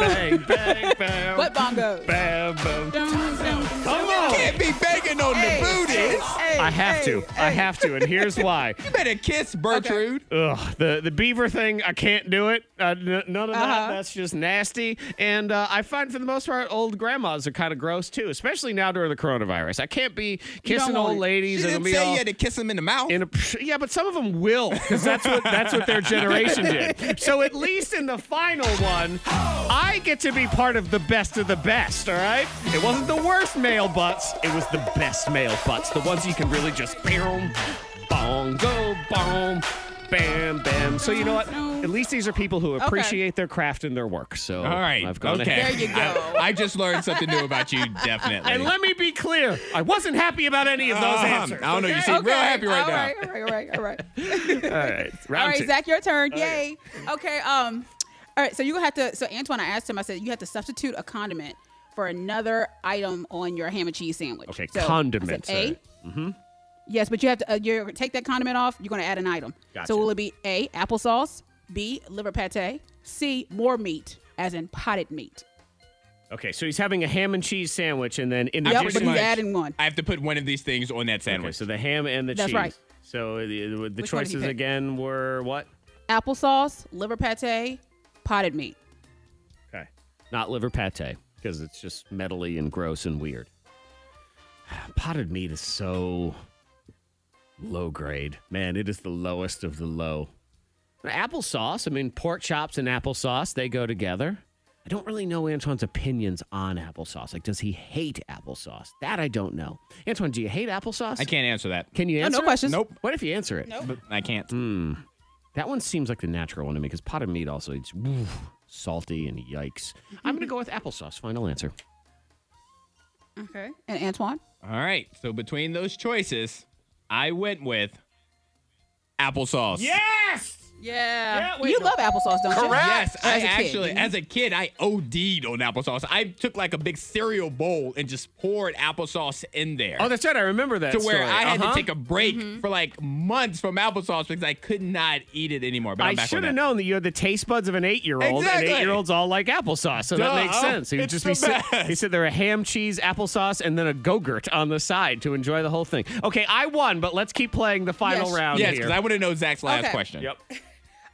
Speaker 3: bang, bang, bam,
Speaker 6: Butt bongos.
Speaker 3: bam, bam. Come on.
Speaker 5: Can't be begging on the booties.
Speaker 3: I have to. I have to, and here's why.
Speaker 5: You better kiss Bertrude.
Speaker 3: Ugh, the the beaver thing, I can't do it. Uh, n- none of that.
Speaker 5: Uh-huh.
Speaker 3: That's just nasty. And uh, I find for the most part, old grandmas are kind of gross too, especially now during the coronavirus. I can't be kissing
Speaker 6: want
Speaker 3: old
Speaker 6: it.
Speaker 5: She
Speaker 3: ladies.
Speaker 5: didn't
Speaker 3: and
Speaker 5: say you had to kiss him in the mouth.
Speaker 3: in a, yeah, but some of them will because that's what that's what their generation did. So at least in the final one, I get to be part of the best of the best. All right, it wasn't the worst male butts; it was the best male butts, the ones you can really just boom, bong, go, bong, bam, bam. So you know what? At least these are people who appreciate their craft and their work. So
Speaker 5: All right.
Speaker 3: I've gone
Speaker 5: okay.
Speaker 3: ahead.
Speaker 6: There you go.
Speaker 5: I, I just learned something new about you, definitely.
Speaker 3: And let me be clear, I wasn't happy about any of those
Speaker 5: Uh-huh.
Speaker 3: answers.
Speaker 5: I don't know. You
Speaker 3: okay?
Speaker 5: seem real happy right
Speaker 6: all
Speaker 5: now.
Speaker 6: right, all right, all right, all right.
Speaker 3: All right, round
Speaker 6: all right,
Speaker 3: two.
Speaker 6: Zach, your turn. Yay. Okay. Um. All right. So you have to. So Antoine, I asked him. I said you have to substitute a condiment for another item on your ham and cheese sandwich.
Speaker 3: Okay,
Speaker 6: So I said,
Speaker 3: condiments, all
Speaker 6: A.
Speaker 3: right.
Speaker 6: Mm-hmm. Yes, but you have to. Uh, you take that condiment off. You're going to add an item.
Speaker 3: Gotcha.
Speaker 6: So will it be A. Applesauce. B. Liver pate. C. More meat, as in potted meat.
Speaker 3: Okay, so he's having a ham and cheese sandwich, and then in
Speaker 5: I
Speaker 6: Yep,
Speaker 5: pretty
Speaker 3: addition,
Speaker 6: but he's
Speaker 5: much-
Speaker 6: adding one.
Speaker 5: I have to put one of these things on that
Speaker 3: okay,
Speaker 5: sandwich.
Speaker 3: so the ham and the
Speaker 6: That's
Speaker 3: cheese.
Speaker 6: right.
Speaker 3: So uh, the, the, the
Speaker 6: Which one did he
Speaker 3: choices
Speaker 6: pick?
Speaker 3: again were what?
Speaker 6: Applesauce, liver pate, potted meat.
Speaker 3: Okay, not liver pate because it's just metally and gross and weird. Potted meat is so low grade, man. It is the lowest of the low. Applesauce. I mean, pork chops and applesauce they go together. I don't really know Antoine's opinions on applesauce. Like, does he hate applesauce? That I don't know. Antoine, do you hate applesauce?
Speaker 5: I can't answer that.
Speaker 3: Can you
Speaker 6: Oh,
Speaker 3: answer?
Speaker 6: no
Speaker 3: it?
Speaker 6: questions.
Speaker 5: Nope.
Speaker 3: What if you answer it?
Speaker 6: Nope.
Speaker 5: I can't.
Speaker 3: Mm. That one seems like the natural one to me because potted meat also it's woo, salty and yikes. I'm gonna go with applesauce. Final answer.
Speaker 6: Okay. And Antoine.
Speaker 5: All right. So between those choices, I went with applesauce.
Speaker 3: Yes.
Speaker 6: Yeah.
Speaker 3: Yeah, wait,
Speaker 6: you
Speaker 3: no.
Speaker 6: love applesauce, don't you?
Speaker 5: Correct. Yes, I
Speaker 6: As a kid,
Speaker 5: actually,
Speaker 6: didn't you?
Speaker 5: as a kid, I OD'd on applesauce. I took like a big cereal bowl and just poured applesauce in there.
Speaker 3: Oh, that's right. I remember that.
Speaker 5: to where
Speaker 3: story.
Speaker 5: I had
Speaker 3: Uh-huh.
Speaker 5: to take a break for like months from applesauce because I could not eat it anymore. But I'm
Speaker 3: I
Speaker 5: back on
Speaker 3: should have
Speaker 5: that.
Speaker 3: known that you had the taste buds of an eight-year-old,
Speaker 5: Exactly.
Speaker 3: and eight-year-olds all like applesauce, so
Speaker 5: Duh.
Speaker 3: that makes sense. He would
Speaker 5: It's
Speaker 3: just
Speaker 5: the
Speaker 3: be sit-
Speaker 5: best.
Speaker 3: he said there were ham, cheese, applesauce, and then a go-gurt on the side to enjoy the whole thing. Okay, I won, but let's keep playing the final
Speaker 6: Yes.
Speaker 3: round
Speaker 5: Yes,
Speaker 3: here.
Speaker 5: because I would have known Zach's last
Speaker 6: Okay.
Speaker 5: question.
Speaker 3: Yep.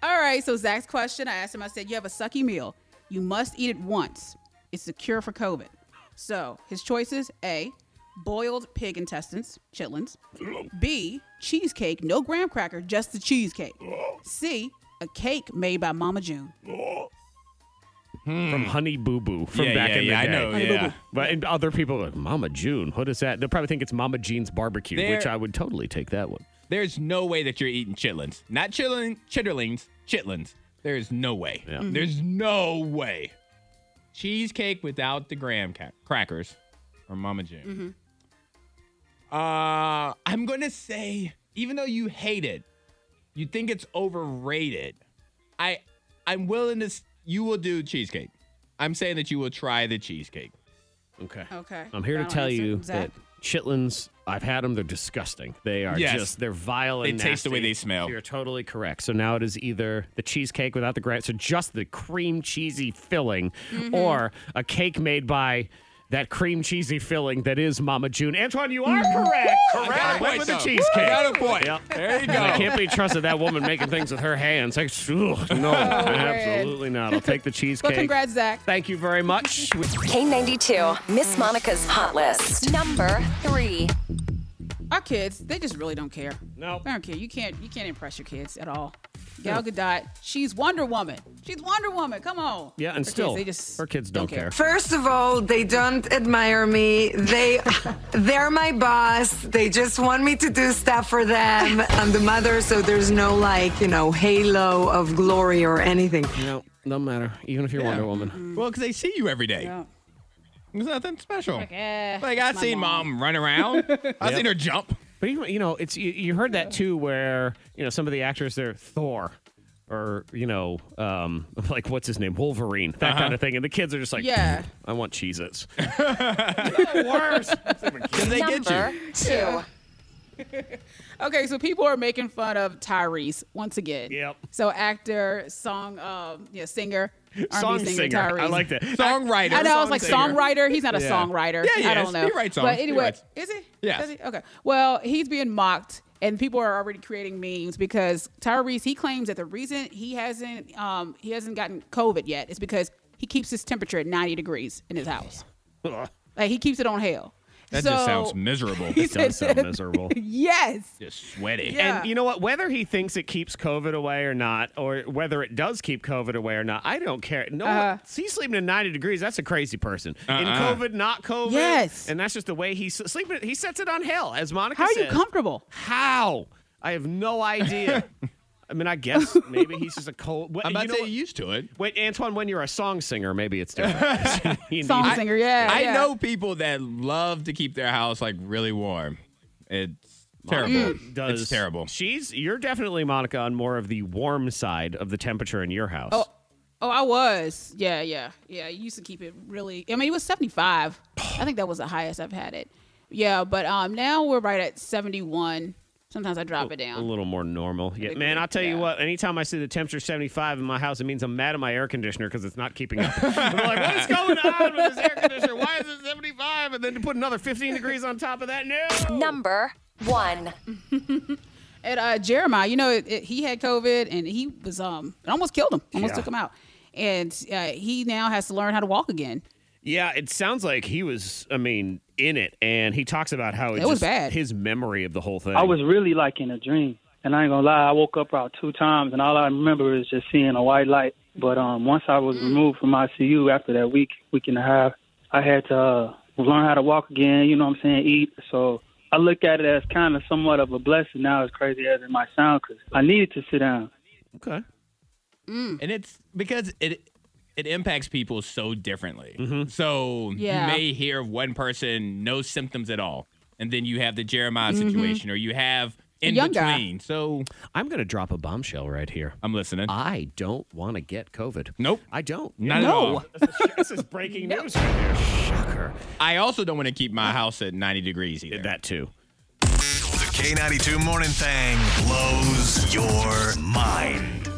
Speaker 6: All right, so Zach's question, I asked him, I said, You have a sucky meal. You must eat it once. It's the cure for COVID. So his choices A, boiled pig intestines, chitlins. B, cheesecake, no graham cracker, just the cheesecake. C, a cake made by Mama June.
Speaker 3: From Honey Boo Boo
Speaker 5: Hmm.
Speaker 3: from
Speaker 5: Yeah,
Speaker 3: back
Speaker 5: yeah,
Speaker 3: in the
Speaker 5: yeah, I
Speaker 3: day.
Speaker 5: know, yeah.
Speaker 3: But and other people are like, Mama June, what is that? They'll probably think it's Mama Jean's barbecue,
Speaker 5: There-
Speaker 3: which I would totally take that one.
Speaker 5: There's no way that you're eating chitlins. Not chitlin, chitterlings, chitlins. There's no way.
Speaker 3: Yeah.
Speaker 5: There's no way. Cheesecake without the graham ca- crackers or Mama June. Uh, I'm going to say, even though you hate it, you think it's overrated. I, I'm willing to, s- you will do cheesecake. I'm saying that you will try the cheesecake.
Speaker 3: Okay.
Speaker 6: Okay.
Speaker 3: I'm here to
Speaker 6: Final
Speaker 3: tell
Speaker 6: answer,
Speaker 3: you
Speaker 6: Zach.
Speaker 3: that chitlins, I've had them. They're disgusting. They are
Speaker 5: Yes.
Speaker 3: just, they're vile
Speaker 5: They
Speaker 3: and
Speaker 5: taste the way
Speaker 3: nasty.
Speaker 5: they smell.
Speaker 3: You're totally correct. So now it is either the cheesecake without the graham, so just the cream cheesy filling, or a cake made by that cream cheesy filling that is Mama June. Antoine, you are correct.
Speaker 5: Correct.
Speaker 3: I went with the
Speaker 5: Woo!
Speaker 3: cheesecake.
Speaker 5: Got a point.
Speaker 3: Yep.
Speaker 5: There you
Speaker 3: And I
Speaker 5: go.
Speaker 3: can't be trusted. That woman making things with her hands. Like, ugh, no, absolutely not. I'll take the
Speaker 6: But
Speaker 3: cheesecake.
Speaker 6: congrats, Zach.
Speaker 3: Thank you very much.
Speaker 2: K92, Miss Monica's Hot List. Number three.
Speaker 6: Our kids, they just really don't care.
Speaker 3: No.
Speaker 6: They don't care. You can't you can't impress your kids at all. Gal Gadot, she's Wonder Woman. She's Wonder Woman. Come on.
Speaker 3: Yeah,
Speaker 6: Her
Speaker 3: and still,
Speaker 6: kids, they just
Speaker 3: her kids don't, care.
Speaker 10: First of all, they don't admire me. They they're my boss. They just want me to do stuff for them. I'm the mother, so there's no like, you know, halo of glory or anything.
Speaker 3: No, no matter. Even if you're Wonder Woman.
Speaker 6: Mm-hmm.
Speaker 5: Well, because they see you every day.
Speaker 6: Yeah.
Speaker 5: There's nothing special.
Speaker 6: eh,
Speaker 5: like I've
Speaker 6: it's my
Speaker 5: seen mom. run around. I've seen her jump.
Speaker 3: But even, you know, it's you, you heard that too, where you know some of the actors they're Thor, or you know, um, like what's his name, Wolverine, that kind of thing, and the kids are just like,
Speaker 6: Yeah.
Speaker 3: I want Cheez-Its. worse.
Speaker 5: Because they get
Speaker 2: number
Speaker 5: you.
Speaker 2: two.
Speaker 6: Okay, so people are making fun of Tyrese once again.
Speaker 3: Yep.
Speaker 6: So actor, song, um, yeah, singer, R&B
Speaker 3: Song
Speaker 6: singer,
Speaker 3: singer.
Speaker 6: Tyrese.
Speaker 3: I like that.
Speaker 5: Songwriter.
Speaker 6: I know. I was
Speaker 5: song
Speaker 6: like
Speaker 5: singer.
Speaker 6: songwriter. He's not a
Speaker 3: Yeah.
Speaker 6: songwriter.
Speaker 5: Yeah, he
Speaker 6: I don't
Speaker 5: is.
Speaker 6: know.
Speaker 5: He writes songs.
Speaker 6: But
Speaker 5: He
Speaker 6: anyway,
Speaker 5: writes.
Speaker 6: is he?
Speaker 5: Yes.
Speaker 6: Does he? Okay. Well, he's being mocked, and people are already creating memes because Tyrese he claims that the reason he hasn't um he hasn't gotten COVID yet is because he keeps his temperature at 90 degrees in his house. like he keeps it on hell.
Speaker 5: That
Speaker 6: so,
Speaker 5: just sounds miserable.
Speaker 6: He
Speaker 3: Does
Speaker 6: said-
Speaker 3: sound miserable.
Speaker 6: Yes.
Speaker 5: just sweaty.
Speaker 6: Yeah.
Speaker 3: And you know what? Whether he thinks it keeps COVID away or not, or whether it does keep COVID away or not, I don't care. No,
Speaker 6: Uh-huh.
Speaker 3: one- he's sleeping at 90 degrees. That's a crazy person. In
Speaker 5: Uh-uh.
Speaker 3: COVID, not COVID.
Speaker 6: Yes.
Speaker 3: And that's just the way he's sleeping. He sets it on hell, as Monica
Speaker 6: How are
Speaker 3: says.
Speaker 6: you comfortable?
Speaker 3: How? I have no idea. I mean, I guess maybe he's just a cold. What,
Speaker 5: I'm
Speaker 3: you
Speaker 5: about
Speaker 3: know
Speaker 5: to say
Speaker 3: what?
Speaker 5: used to it.
Speaker 3: Wait, Antoine, when you're a song singer, maybe it's different. You
Speaker 6: Song
Speaker 3: need-
Speaker 6: singer. Yeah.
Speaker 5: I
Speaker 6: yeah.
Speaker 5: know people that love to keep their house like really warm. It's terrible.
Speaker 3: does
Speaker 5: It's terrible.
Speaker 3: She's you're definitely Monica on more of the warm side of the temperature in your house. Oh,
Speaker 6: Oh, I was. Yeah, yeah, yeah. I used to keep it really. I mean, it was seventy five. I think that was the highest I've had it. Yeah, but um, now we're right at seventy one. Sometimes I drop it
Speaker 3: a
Speaker 6: down.
Speaker 3: little more normal. Yeah, man, I'll tell you
Speaker 6: yeah.
Speaker 3: what. Anytime I see the temperature 75 in my house, it means I'm mad at my air conditioner because it's not keeping up. I'm like, what is going on with this air conditioner? Why is it 75? And then to put another 15 degrees on top of that, no.
Speaker 2: Number one.
Speaker 6: And uh, Jeremiah, you know, it, it, he had COVID and he was um, it almost killed him. Almost took him out. And uh, he now has to learn how to walk again.
Speaker 3: Yeah, it sounds like he was. I mean, in it, and he talks about how it,
Speaker 6: It was
Speaker 3: just-
Speaker 6: bad.
Speaker 3: His memory of the whole thing.
Speaker 11: I was really like in a dream. And I ain't gonna lie, I woke up about two times, and all I remember is just seeing a white light. But um, once I was removed from ICU after that week, week and a half, I had to uh, learn how to walk again. You know what I'm saying? Eat. So I look at it as kind of somewhat of a blessing now, as crazy as it might sound, 'cause I needed to sit down.
Speaker 3: okay.
Speaker 5: And it's because it it impacts people so differently. So
Speaker 6: Yeah.
Speaker 5: you may hear of one person no symptoms at all, and then you have the Jeremiah situation, or you have in
Speaker 6: Mm-hmm. young guy.
Speaker 5: between. So
Speaker 3: I'm going to drop a bombshell right here.
Speaker 5: I'm listening.
Speaker 3: I don't want to get COVID.
Speaker 5: Nope.
Speaker 3: I don't.
Speaker 5: Not at all.
Speaker 3: this is breaking news right here. Shocker.
Speaker 5: I also don't want to keep my house at 90 degrees either.
Speaker 3: That too.
Speaker 12: The K92 Morning Thing blows your mind.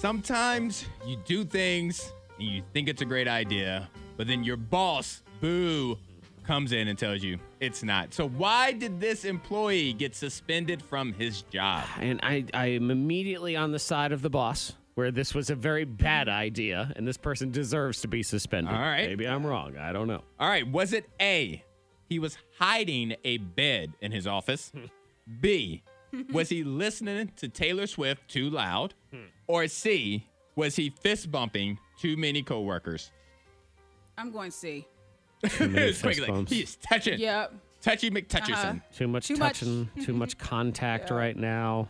Speaker 5: Sometimes you do things and you think it's a great idea, but then your boss, boo, comes in and tells you it's not. So why did this employee get suspended from his job?
Speaker 3: And I, I am immediately on the side of the boss where this was a very bad idea and this person deserves to be suspended.
Speaker 5: All right.
Speaker 3: Maybe I'm wrong. I don't know.
Speaker 5: All right, was it A, he was hiding a bed in his office? B, was he listening to Taylor Swift too loud? Or C, was he fist bumping too many coworkers?
Speaker 6: I'm going C.
Speaker 5: It's quick,
Speaker 3: fist
Speaker 5: like,
Speaker 3: bumps.
Speaker 5: he is touching.
Speaker 6: Yep.
Speaker 5: Touchy McToucherson.
Speaker 3: Too much
Speaker 6: Too much.
Speaker 3: touching, too much contact right now.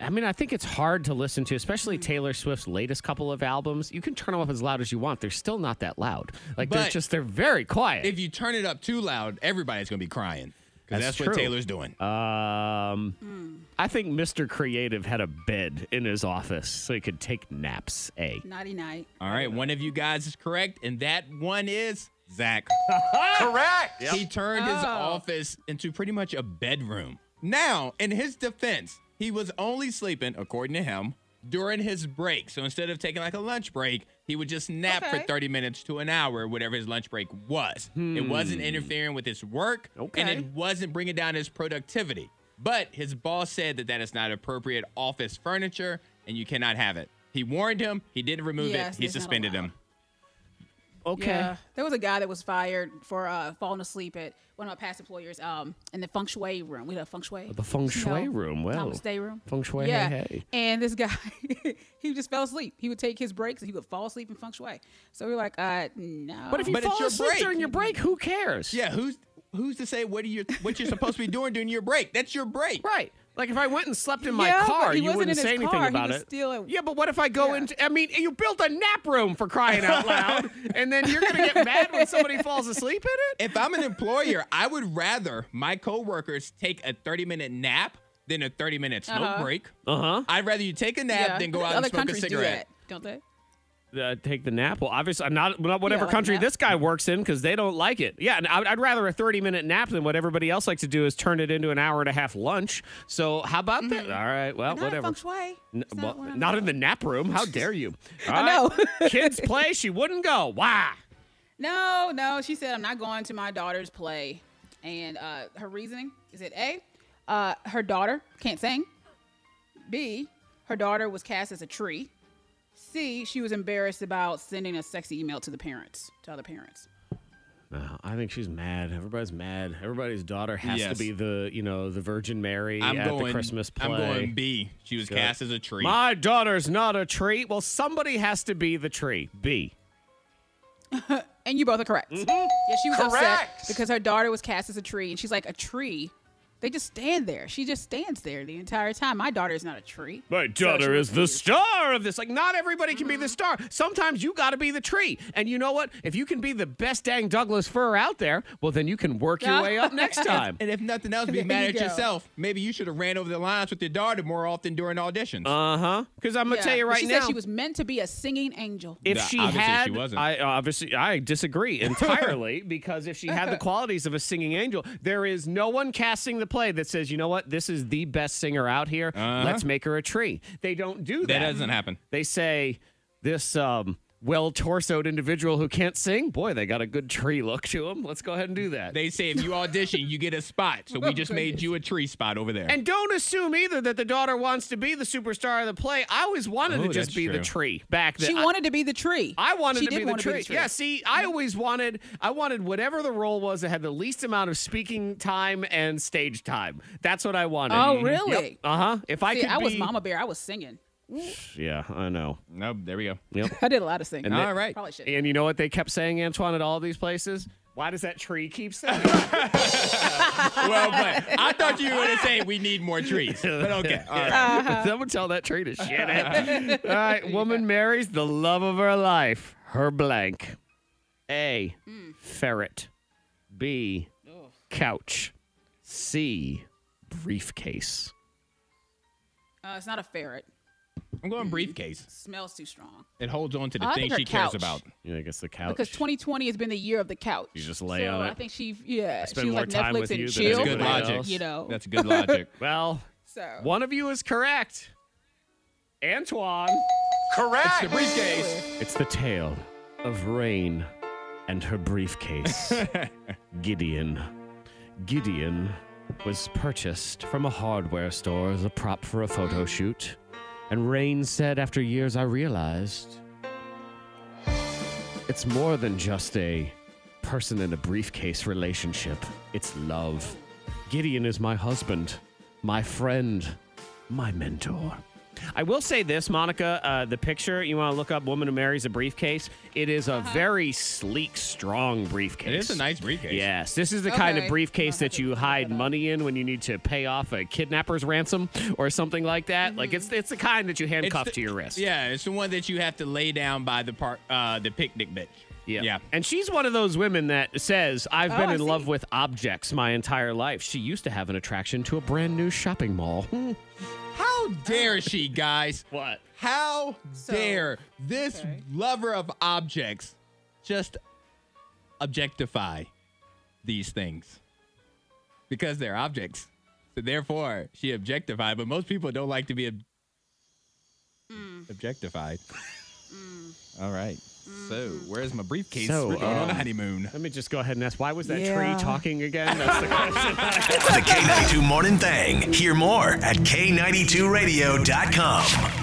Speaker 3: I mean, I think it's hard to listen to,
Speaker 6: Mm.
Speaker 3: especially Taylor Swift's latest couple of albums. You can turn them up as loud as you want. They're still not that loud. Like they're
Speaker 5: But-
Speaker 3: just they're very quiet.
Speaker 5: If you turn it up too loud, everybody's going to be crying. Because
Speaker 3: That's
Speaker 5: that's, what
Speaker 3: true.
Speaker 5: Taylor's doing.
Speaker 3: Um,
Speaker 6: Mm.
Speaker 3: I think Mr. Creative had a bed in his office so he could take naps. A.
Speaker 6: Naughty night.
Speaker 5: All right, one of you guys is correct, and that one is Zach.
Speaker 12: Correct.
Speaker 5: He turned his
Speaker 6: Oh.
Speaker 5: office into pretty much a bedroom. Now, in his defense, he was only sleeping, according to him, during his break. So instead of taking like a lunch break, he would just nap for
Speaker 6: Okay.
Speaker 5: 30 minutes to an hour, whatever his lunch break was. It wasn't interfering with his work, and
Speaker 3: Okay.
Speaker 5: it wasn't bringing down his productivity. But his boss said that that is not appropriate office furniture, and you cannot have it. He warned him. He didn't remove
Speaker 6: Yes,
Speaker 5: it. He
Speaker 6: it's not
Speaker 5: suspended
Speaker 6: allowed.
Speaker 5: him.
Speaker 3: Okay.
Speaker 6: Yeah. There was a guy that was fired for uh, falling asleep at one of my past employers um, in the feng shui room. We had a feng shui.
Speaker 3: The feng shui
Speaker 6: No.
Speaker 3: room. Well,
Speaker 6: Namaste room.
Speaker 3: Feng shui.
Speaker 6: Yeah.
Speaker 3: Hey, hey.
Speaker 6: And this guy, he just fell asleep. He would take his breaks and he would fall asleep in feng shui. So we are like, uh, no.
Speaker 3: But if you
Speaker 5: But it's
Speaker 3: fall
Speaker 5: your
Speaker 3: asleep
Speaker 5: break.
Speaker 3: during your break, who cares?
Speaker 5: Yeah, who's who's to say what are you what you're supposed to be doing during your break? That's your break.
Speaker 3: Right. Like if I went and slept in my
Speaker 6: Yeah, but
Speaker 3: car,
Speaker 6: he
Speaker 3: you
Speaker 6: wasn't
Speaker 3: wouldn't
Speaker 6: in
Speaker 3: say
Speaker 6: his
Speaker 3: anything
Speaker 6: car. He
Speaker 3: about
Speaker 6: was
Speaker 3: it.
Speaker 6: still at-
Speaker 3: yeah, but what if I go
Speaker 6: Yeah.
Speaker 3: into? I mean, you built a nap room for crying out loud, and then you're gonna get mad when somebody falls asleep in it.
Speaker 5: If I'm an employer, I would rather my coworkers take a 30 minute nap than a 30 minute smoke
Speaker 6: Uh-huh.
Speaker 5: break.
Speaker 3: Uh huh.
Speaker 5: I'd rather you take a nap
Speaker 6: Yeah.
Speaker 5: than go out
Speaker 6: Other
Speaker 5: and smoke a
Speaker 6: countries do
Speaker 5: cigarette.
Speaker 6: that, don't they?
Speaker 3: uh, take the nap. Well, obviously, I'm not, not whatever
Speaker 6: like a
Speaker 3: country
Speaker 6: nap.
Speaker 3: this guy works in because they don't like it. Yeah, and I- I'd rather a 30 minute nap than what everybody else likes to do is turn it into an hour and a half lunch. So how about
Speaker 6: Mm-hmm.
Speaker 3: that? All right, well,
Speaker 6: Not
Speaker 3: whatever.
Speaker 6: feng shui.
Speaker 3: N-
Speaker 6: It's not
Speaker 3: well,
Speaker 6: what
Speaker 3: not,
Speaker 6: I'm
Speaker 3: in the nap room. How dare you? All
Speaker 6: I know.
Speaker 3: Kids play. She wouldn't go. Why?
Speaker 6: No, no. She said, I'm not going to my daughter's play. And uh, her reasoning is it A, uh, her daughter can't sing. B, her daughter was cast as a tree. C, she was embarrassed about sending a sexy email to the parents, to other parents.
Speaker 3: No, I think she's mad. Everybody's mad. Everybody's daughter has
Speaker 5: Yes.
Speaker 3: to be the, you know, the Virgin Mary
Speaker 5: I'm
Speaker 3: at
Speaker 5: going
Speaker 3: the Christmas play.
Speaker 5: I'm going B. She was cast as a tree.
Speaker 3: My daughter's not a tree. Well, somebody has to be the tree. B.
Speaker 6: And you both are correct.
Speaker 3: Mm-hmm.
Speaker 6: Yeah, she was upset
Speaker 12: Correct.
Speaker 6: because her daughter was cast as a tree. And she's like, a tree? They just stand there. She just stands there the entire time. My daughter is not a tree.
Speaker 3: My
Speaker 6: So she
Speaker 3: daughter
Speaker 6: was
Speaker 3: is the
Speaker 6: confused.
Speaker 3: star of this. Like, not everybody can be the star. Sometimes you got to be the tree. And you know what? If you can be the best dang Douglas fir out there, well, then you can work your
Speaker 6: Yeah.
Speaker 3: way up next time.
Speaker 5: and if nothing else, be
Speaker 6: There
Speaker 5: mad
Speaker 6: you
Speaker 5: at
Speaker 6: go.
Speaker 5: yourself. Maybe you should have ran over the lines with your daughter more often during auditions.
Speaker 3: Uh huh. Because I'm gonna
Speaker 6: Yeah,
Speaker 3: tell you
Speaker 6: but
Speaker 3: right
Speaker 6: she
Speaker 3: now,
Speaker 6: said she was meant to be a singing angel.
Speaker 3: if
Speaker 5: Nah,
Speaker 3: she
Speaker 5: obviously she
Speaker 3: had,
Speaker 5: wasn't.
Speaker 3: I obviously I disagree entirely because if she had the qualities of a singing angel, there is no one casting the play that says, you know what, this is the best singer out here. Let's make her a tree. They don't do that.
Speaker 5: Uh-huh. that doesn't happen.
Speaker 3: they say this um, well torsoed individual who can't sing boy they got a good tree look to him let's go ahead and do that
Speaker 5: They say if you audition, you get a spot. So we just
Speaker 6: Oh,
Speaker 5: made you a tree spot over there.
Speaker 3: and don't assume either that the daughter wants to be the superstar of the play i always wanted
Speaker 5: Ooh,
Speaker 3: to just
Speaker 5: that's
Speaker 3: be the
Speaker 5: true.
Speaker 3: tree back then
Speaker 6: She
Speaker 3: I-
Speaker 6: wanted to be the tree.
Speaker 3: I wanted
Speaker 6: She
Speaker 3: to
Speaker 6: did
Speaker 3: be the,
Speaker 6: want
Speaker 3: tree. Yeah, see,
Speaker 6: Mm-hmm.
Speaker 3: I always wanted I wanted whatever the role was that had the least amount of speaking time and stage time. That's what I wanted.
Speaker 6: Oh, really?
Speaker 3: Uh huh. If I
Speaker 6: See,
Speaker 3: could
Speaker 6: I was
Speaker 3: be-
Speaker 6: Mama Bear. I was singing.
Speaker 3: Yeah, I know.
Speaker 5: nope, there we go.
Speaker 6: I did a lot of singing.
Speaker 5: All right.
Speaker 6: Probably should.
Speaker 3: And you know what they kept saying, Antoine, at all these places? Why does that tree keep saying?
Speaker 5: well, but I thought you were going to say we need more trees. But okay. All right.
Speaker 3: Someone tell that tree to shit it. All right, woman marries the love of her life, her blank. A.
Speaker 6: Mm.
Speaker 3: Ferret. B. Couch. C. Briefcase.
Speaker 6: Uh, it's not a ferret.
Speaker 5: I'm going briefcase.
Speaker 6: Smells too strong.
Speaker 5: It holds on to the
Speaker 6: I
Speaker 5: thing
Speaker 6: think Oh, her
Speaker 5: she
Speaker 6: couch.
Speaker 5: cares about.
Speaker 3: Yeah, I guess the couch.
Speaker 6: Because 2020 has been the year of the couch.
Speaker 3: You just lay
Speaker 6: so
Speaker 3: on
Speaker 6: I
Speaker 3: it.
Speaker 6: think she, yeah,
Speaker 3: I spend
Speaker 6: she
Speaker 3: more
Speaker 6: like
Speaker 3: time
Speaker 6: Netflix
Speaker 3: with
Speaker 6: and
Speaker 3: you than
Speaker 6: chill.
Speaker 3: anybody else.
Speaker 6: You know,
Speaker 5: That's good logic.
Speaker 3: well,
Speaker 6: So.
Speaker 3: one of you is correct. Antoine.
Speaker 12: Correct.
Speaker 5: It's the briefcase.
Speaker 3: It's the tale of Rain and her briefcase. Gideon. Gideon was purchased from a hardware store as a prop for a photo shoot. And Rain said, after years, I realized it's more than just a person in a briefcase relationship, it's love. Gideon is my husband, my friend, my mentor. I will say this, Monica. Uh, the picture you want to look up, "Woman Who Marries a Briefcase." It is a very sleek, strong briefcase.
Speaker 5: Uh-huh. It is a nice briefcase.
Speaker 3: Yes, this is the kind of
Speaker 6: Okay.
Speaker 3: briefcase that you hide money in when you need to pay off a kidnapper's ransom or something like that.
Speaker 6: Mm-hmm.
Speaker 3: Like it's it's the kind that you handcuff
Speaker 5: the-
Speaker 3: to your wrist.
Speaker 5: Yeah, it's the one that you have to lay down by the park, uh, the picnic bench.
Speaker 3: Yeah.
Speaker 5: Yeah.
Speaker 3: And she's one of those women that says, I've been
Speaker 6: Oh, I
Speaker 3: in
Speaker 6: see.
Speaker 3: love with objects my entire life. She used to have an attraction to a brand new shopping mall. Hmm.
Speaker 5: How dare she, guys?
Speaker 3: what?
Speaker 5: How
Speaker 6: So-
Speaker 5: dare this
Speaker 6: okay.
Speaker 5: lover of objects just objectify these things because they're objects. So therefore, she objectified, but most people don't like to be ob-
Speaker 6: Mm.
Speaker 5: objectified. All right. So, where's my briefcase?
Speaker 3: So,
Speaker 5: We're going on a
Speaker 3: um,
Speaker 5: honeymoon.
Speaker 3: Let me just go ahead and ask why was that
Speaker 10: Yeah.
Speaker 3: tree talking again? That's the question.
Speaker 12: The K92 Morning Thang. Hear more at K92Radio.com.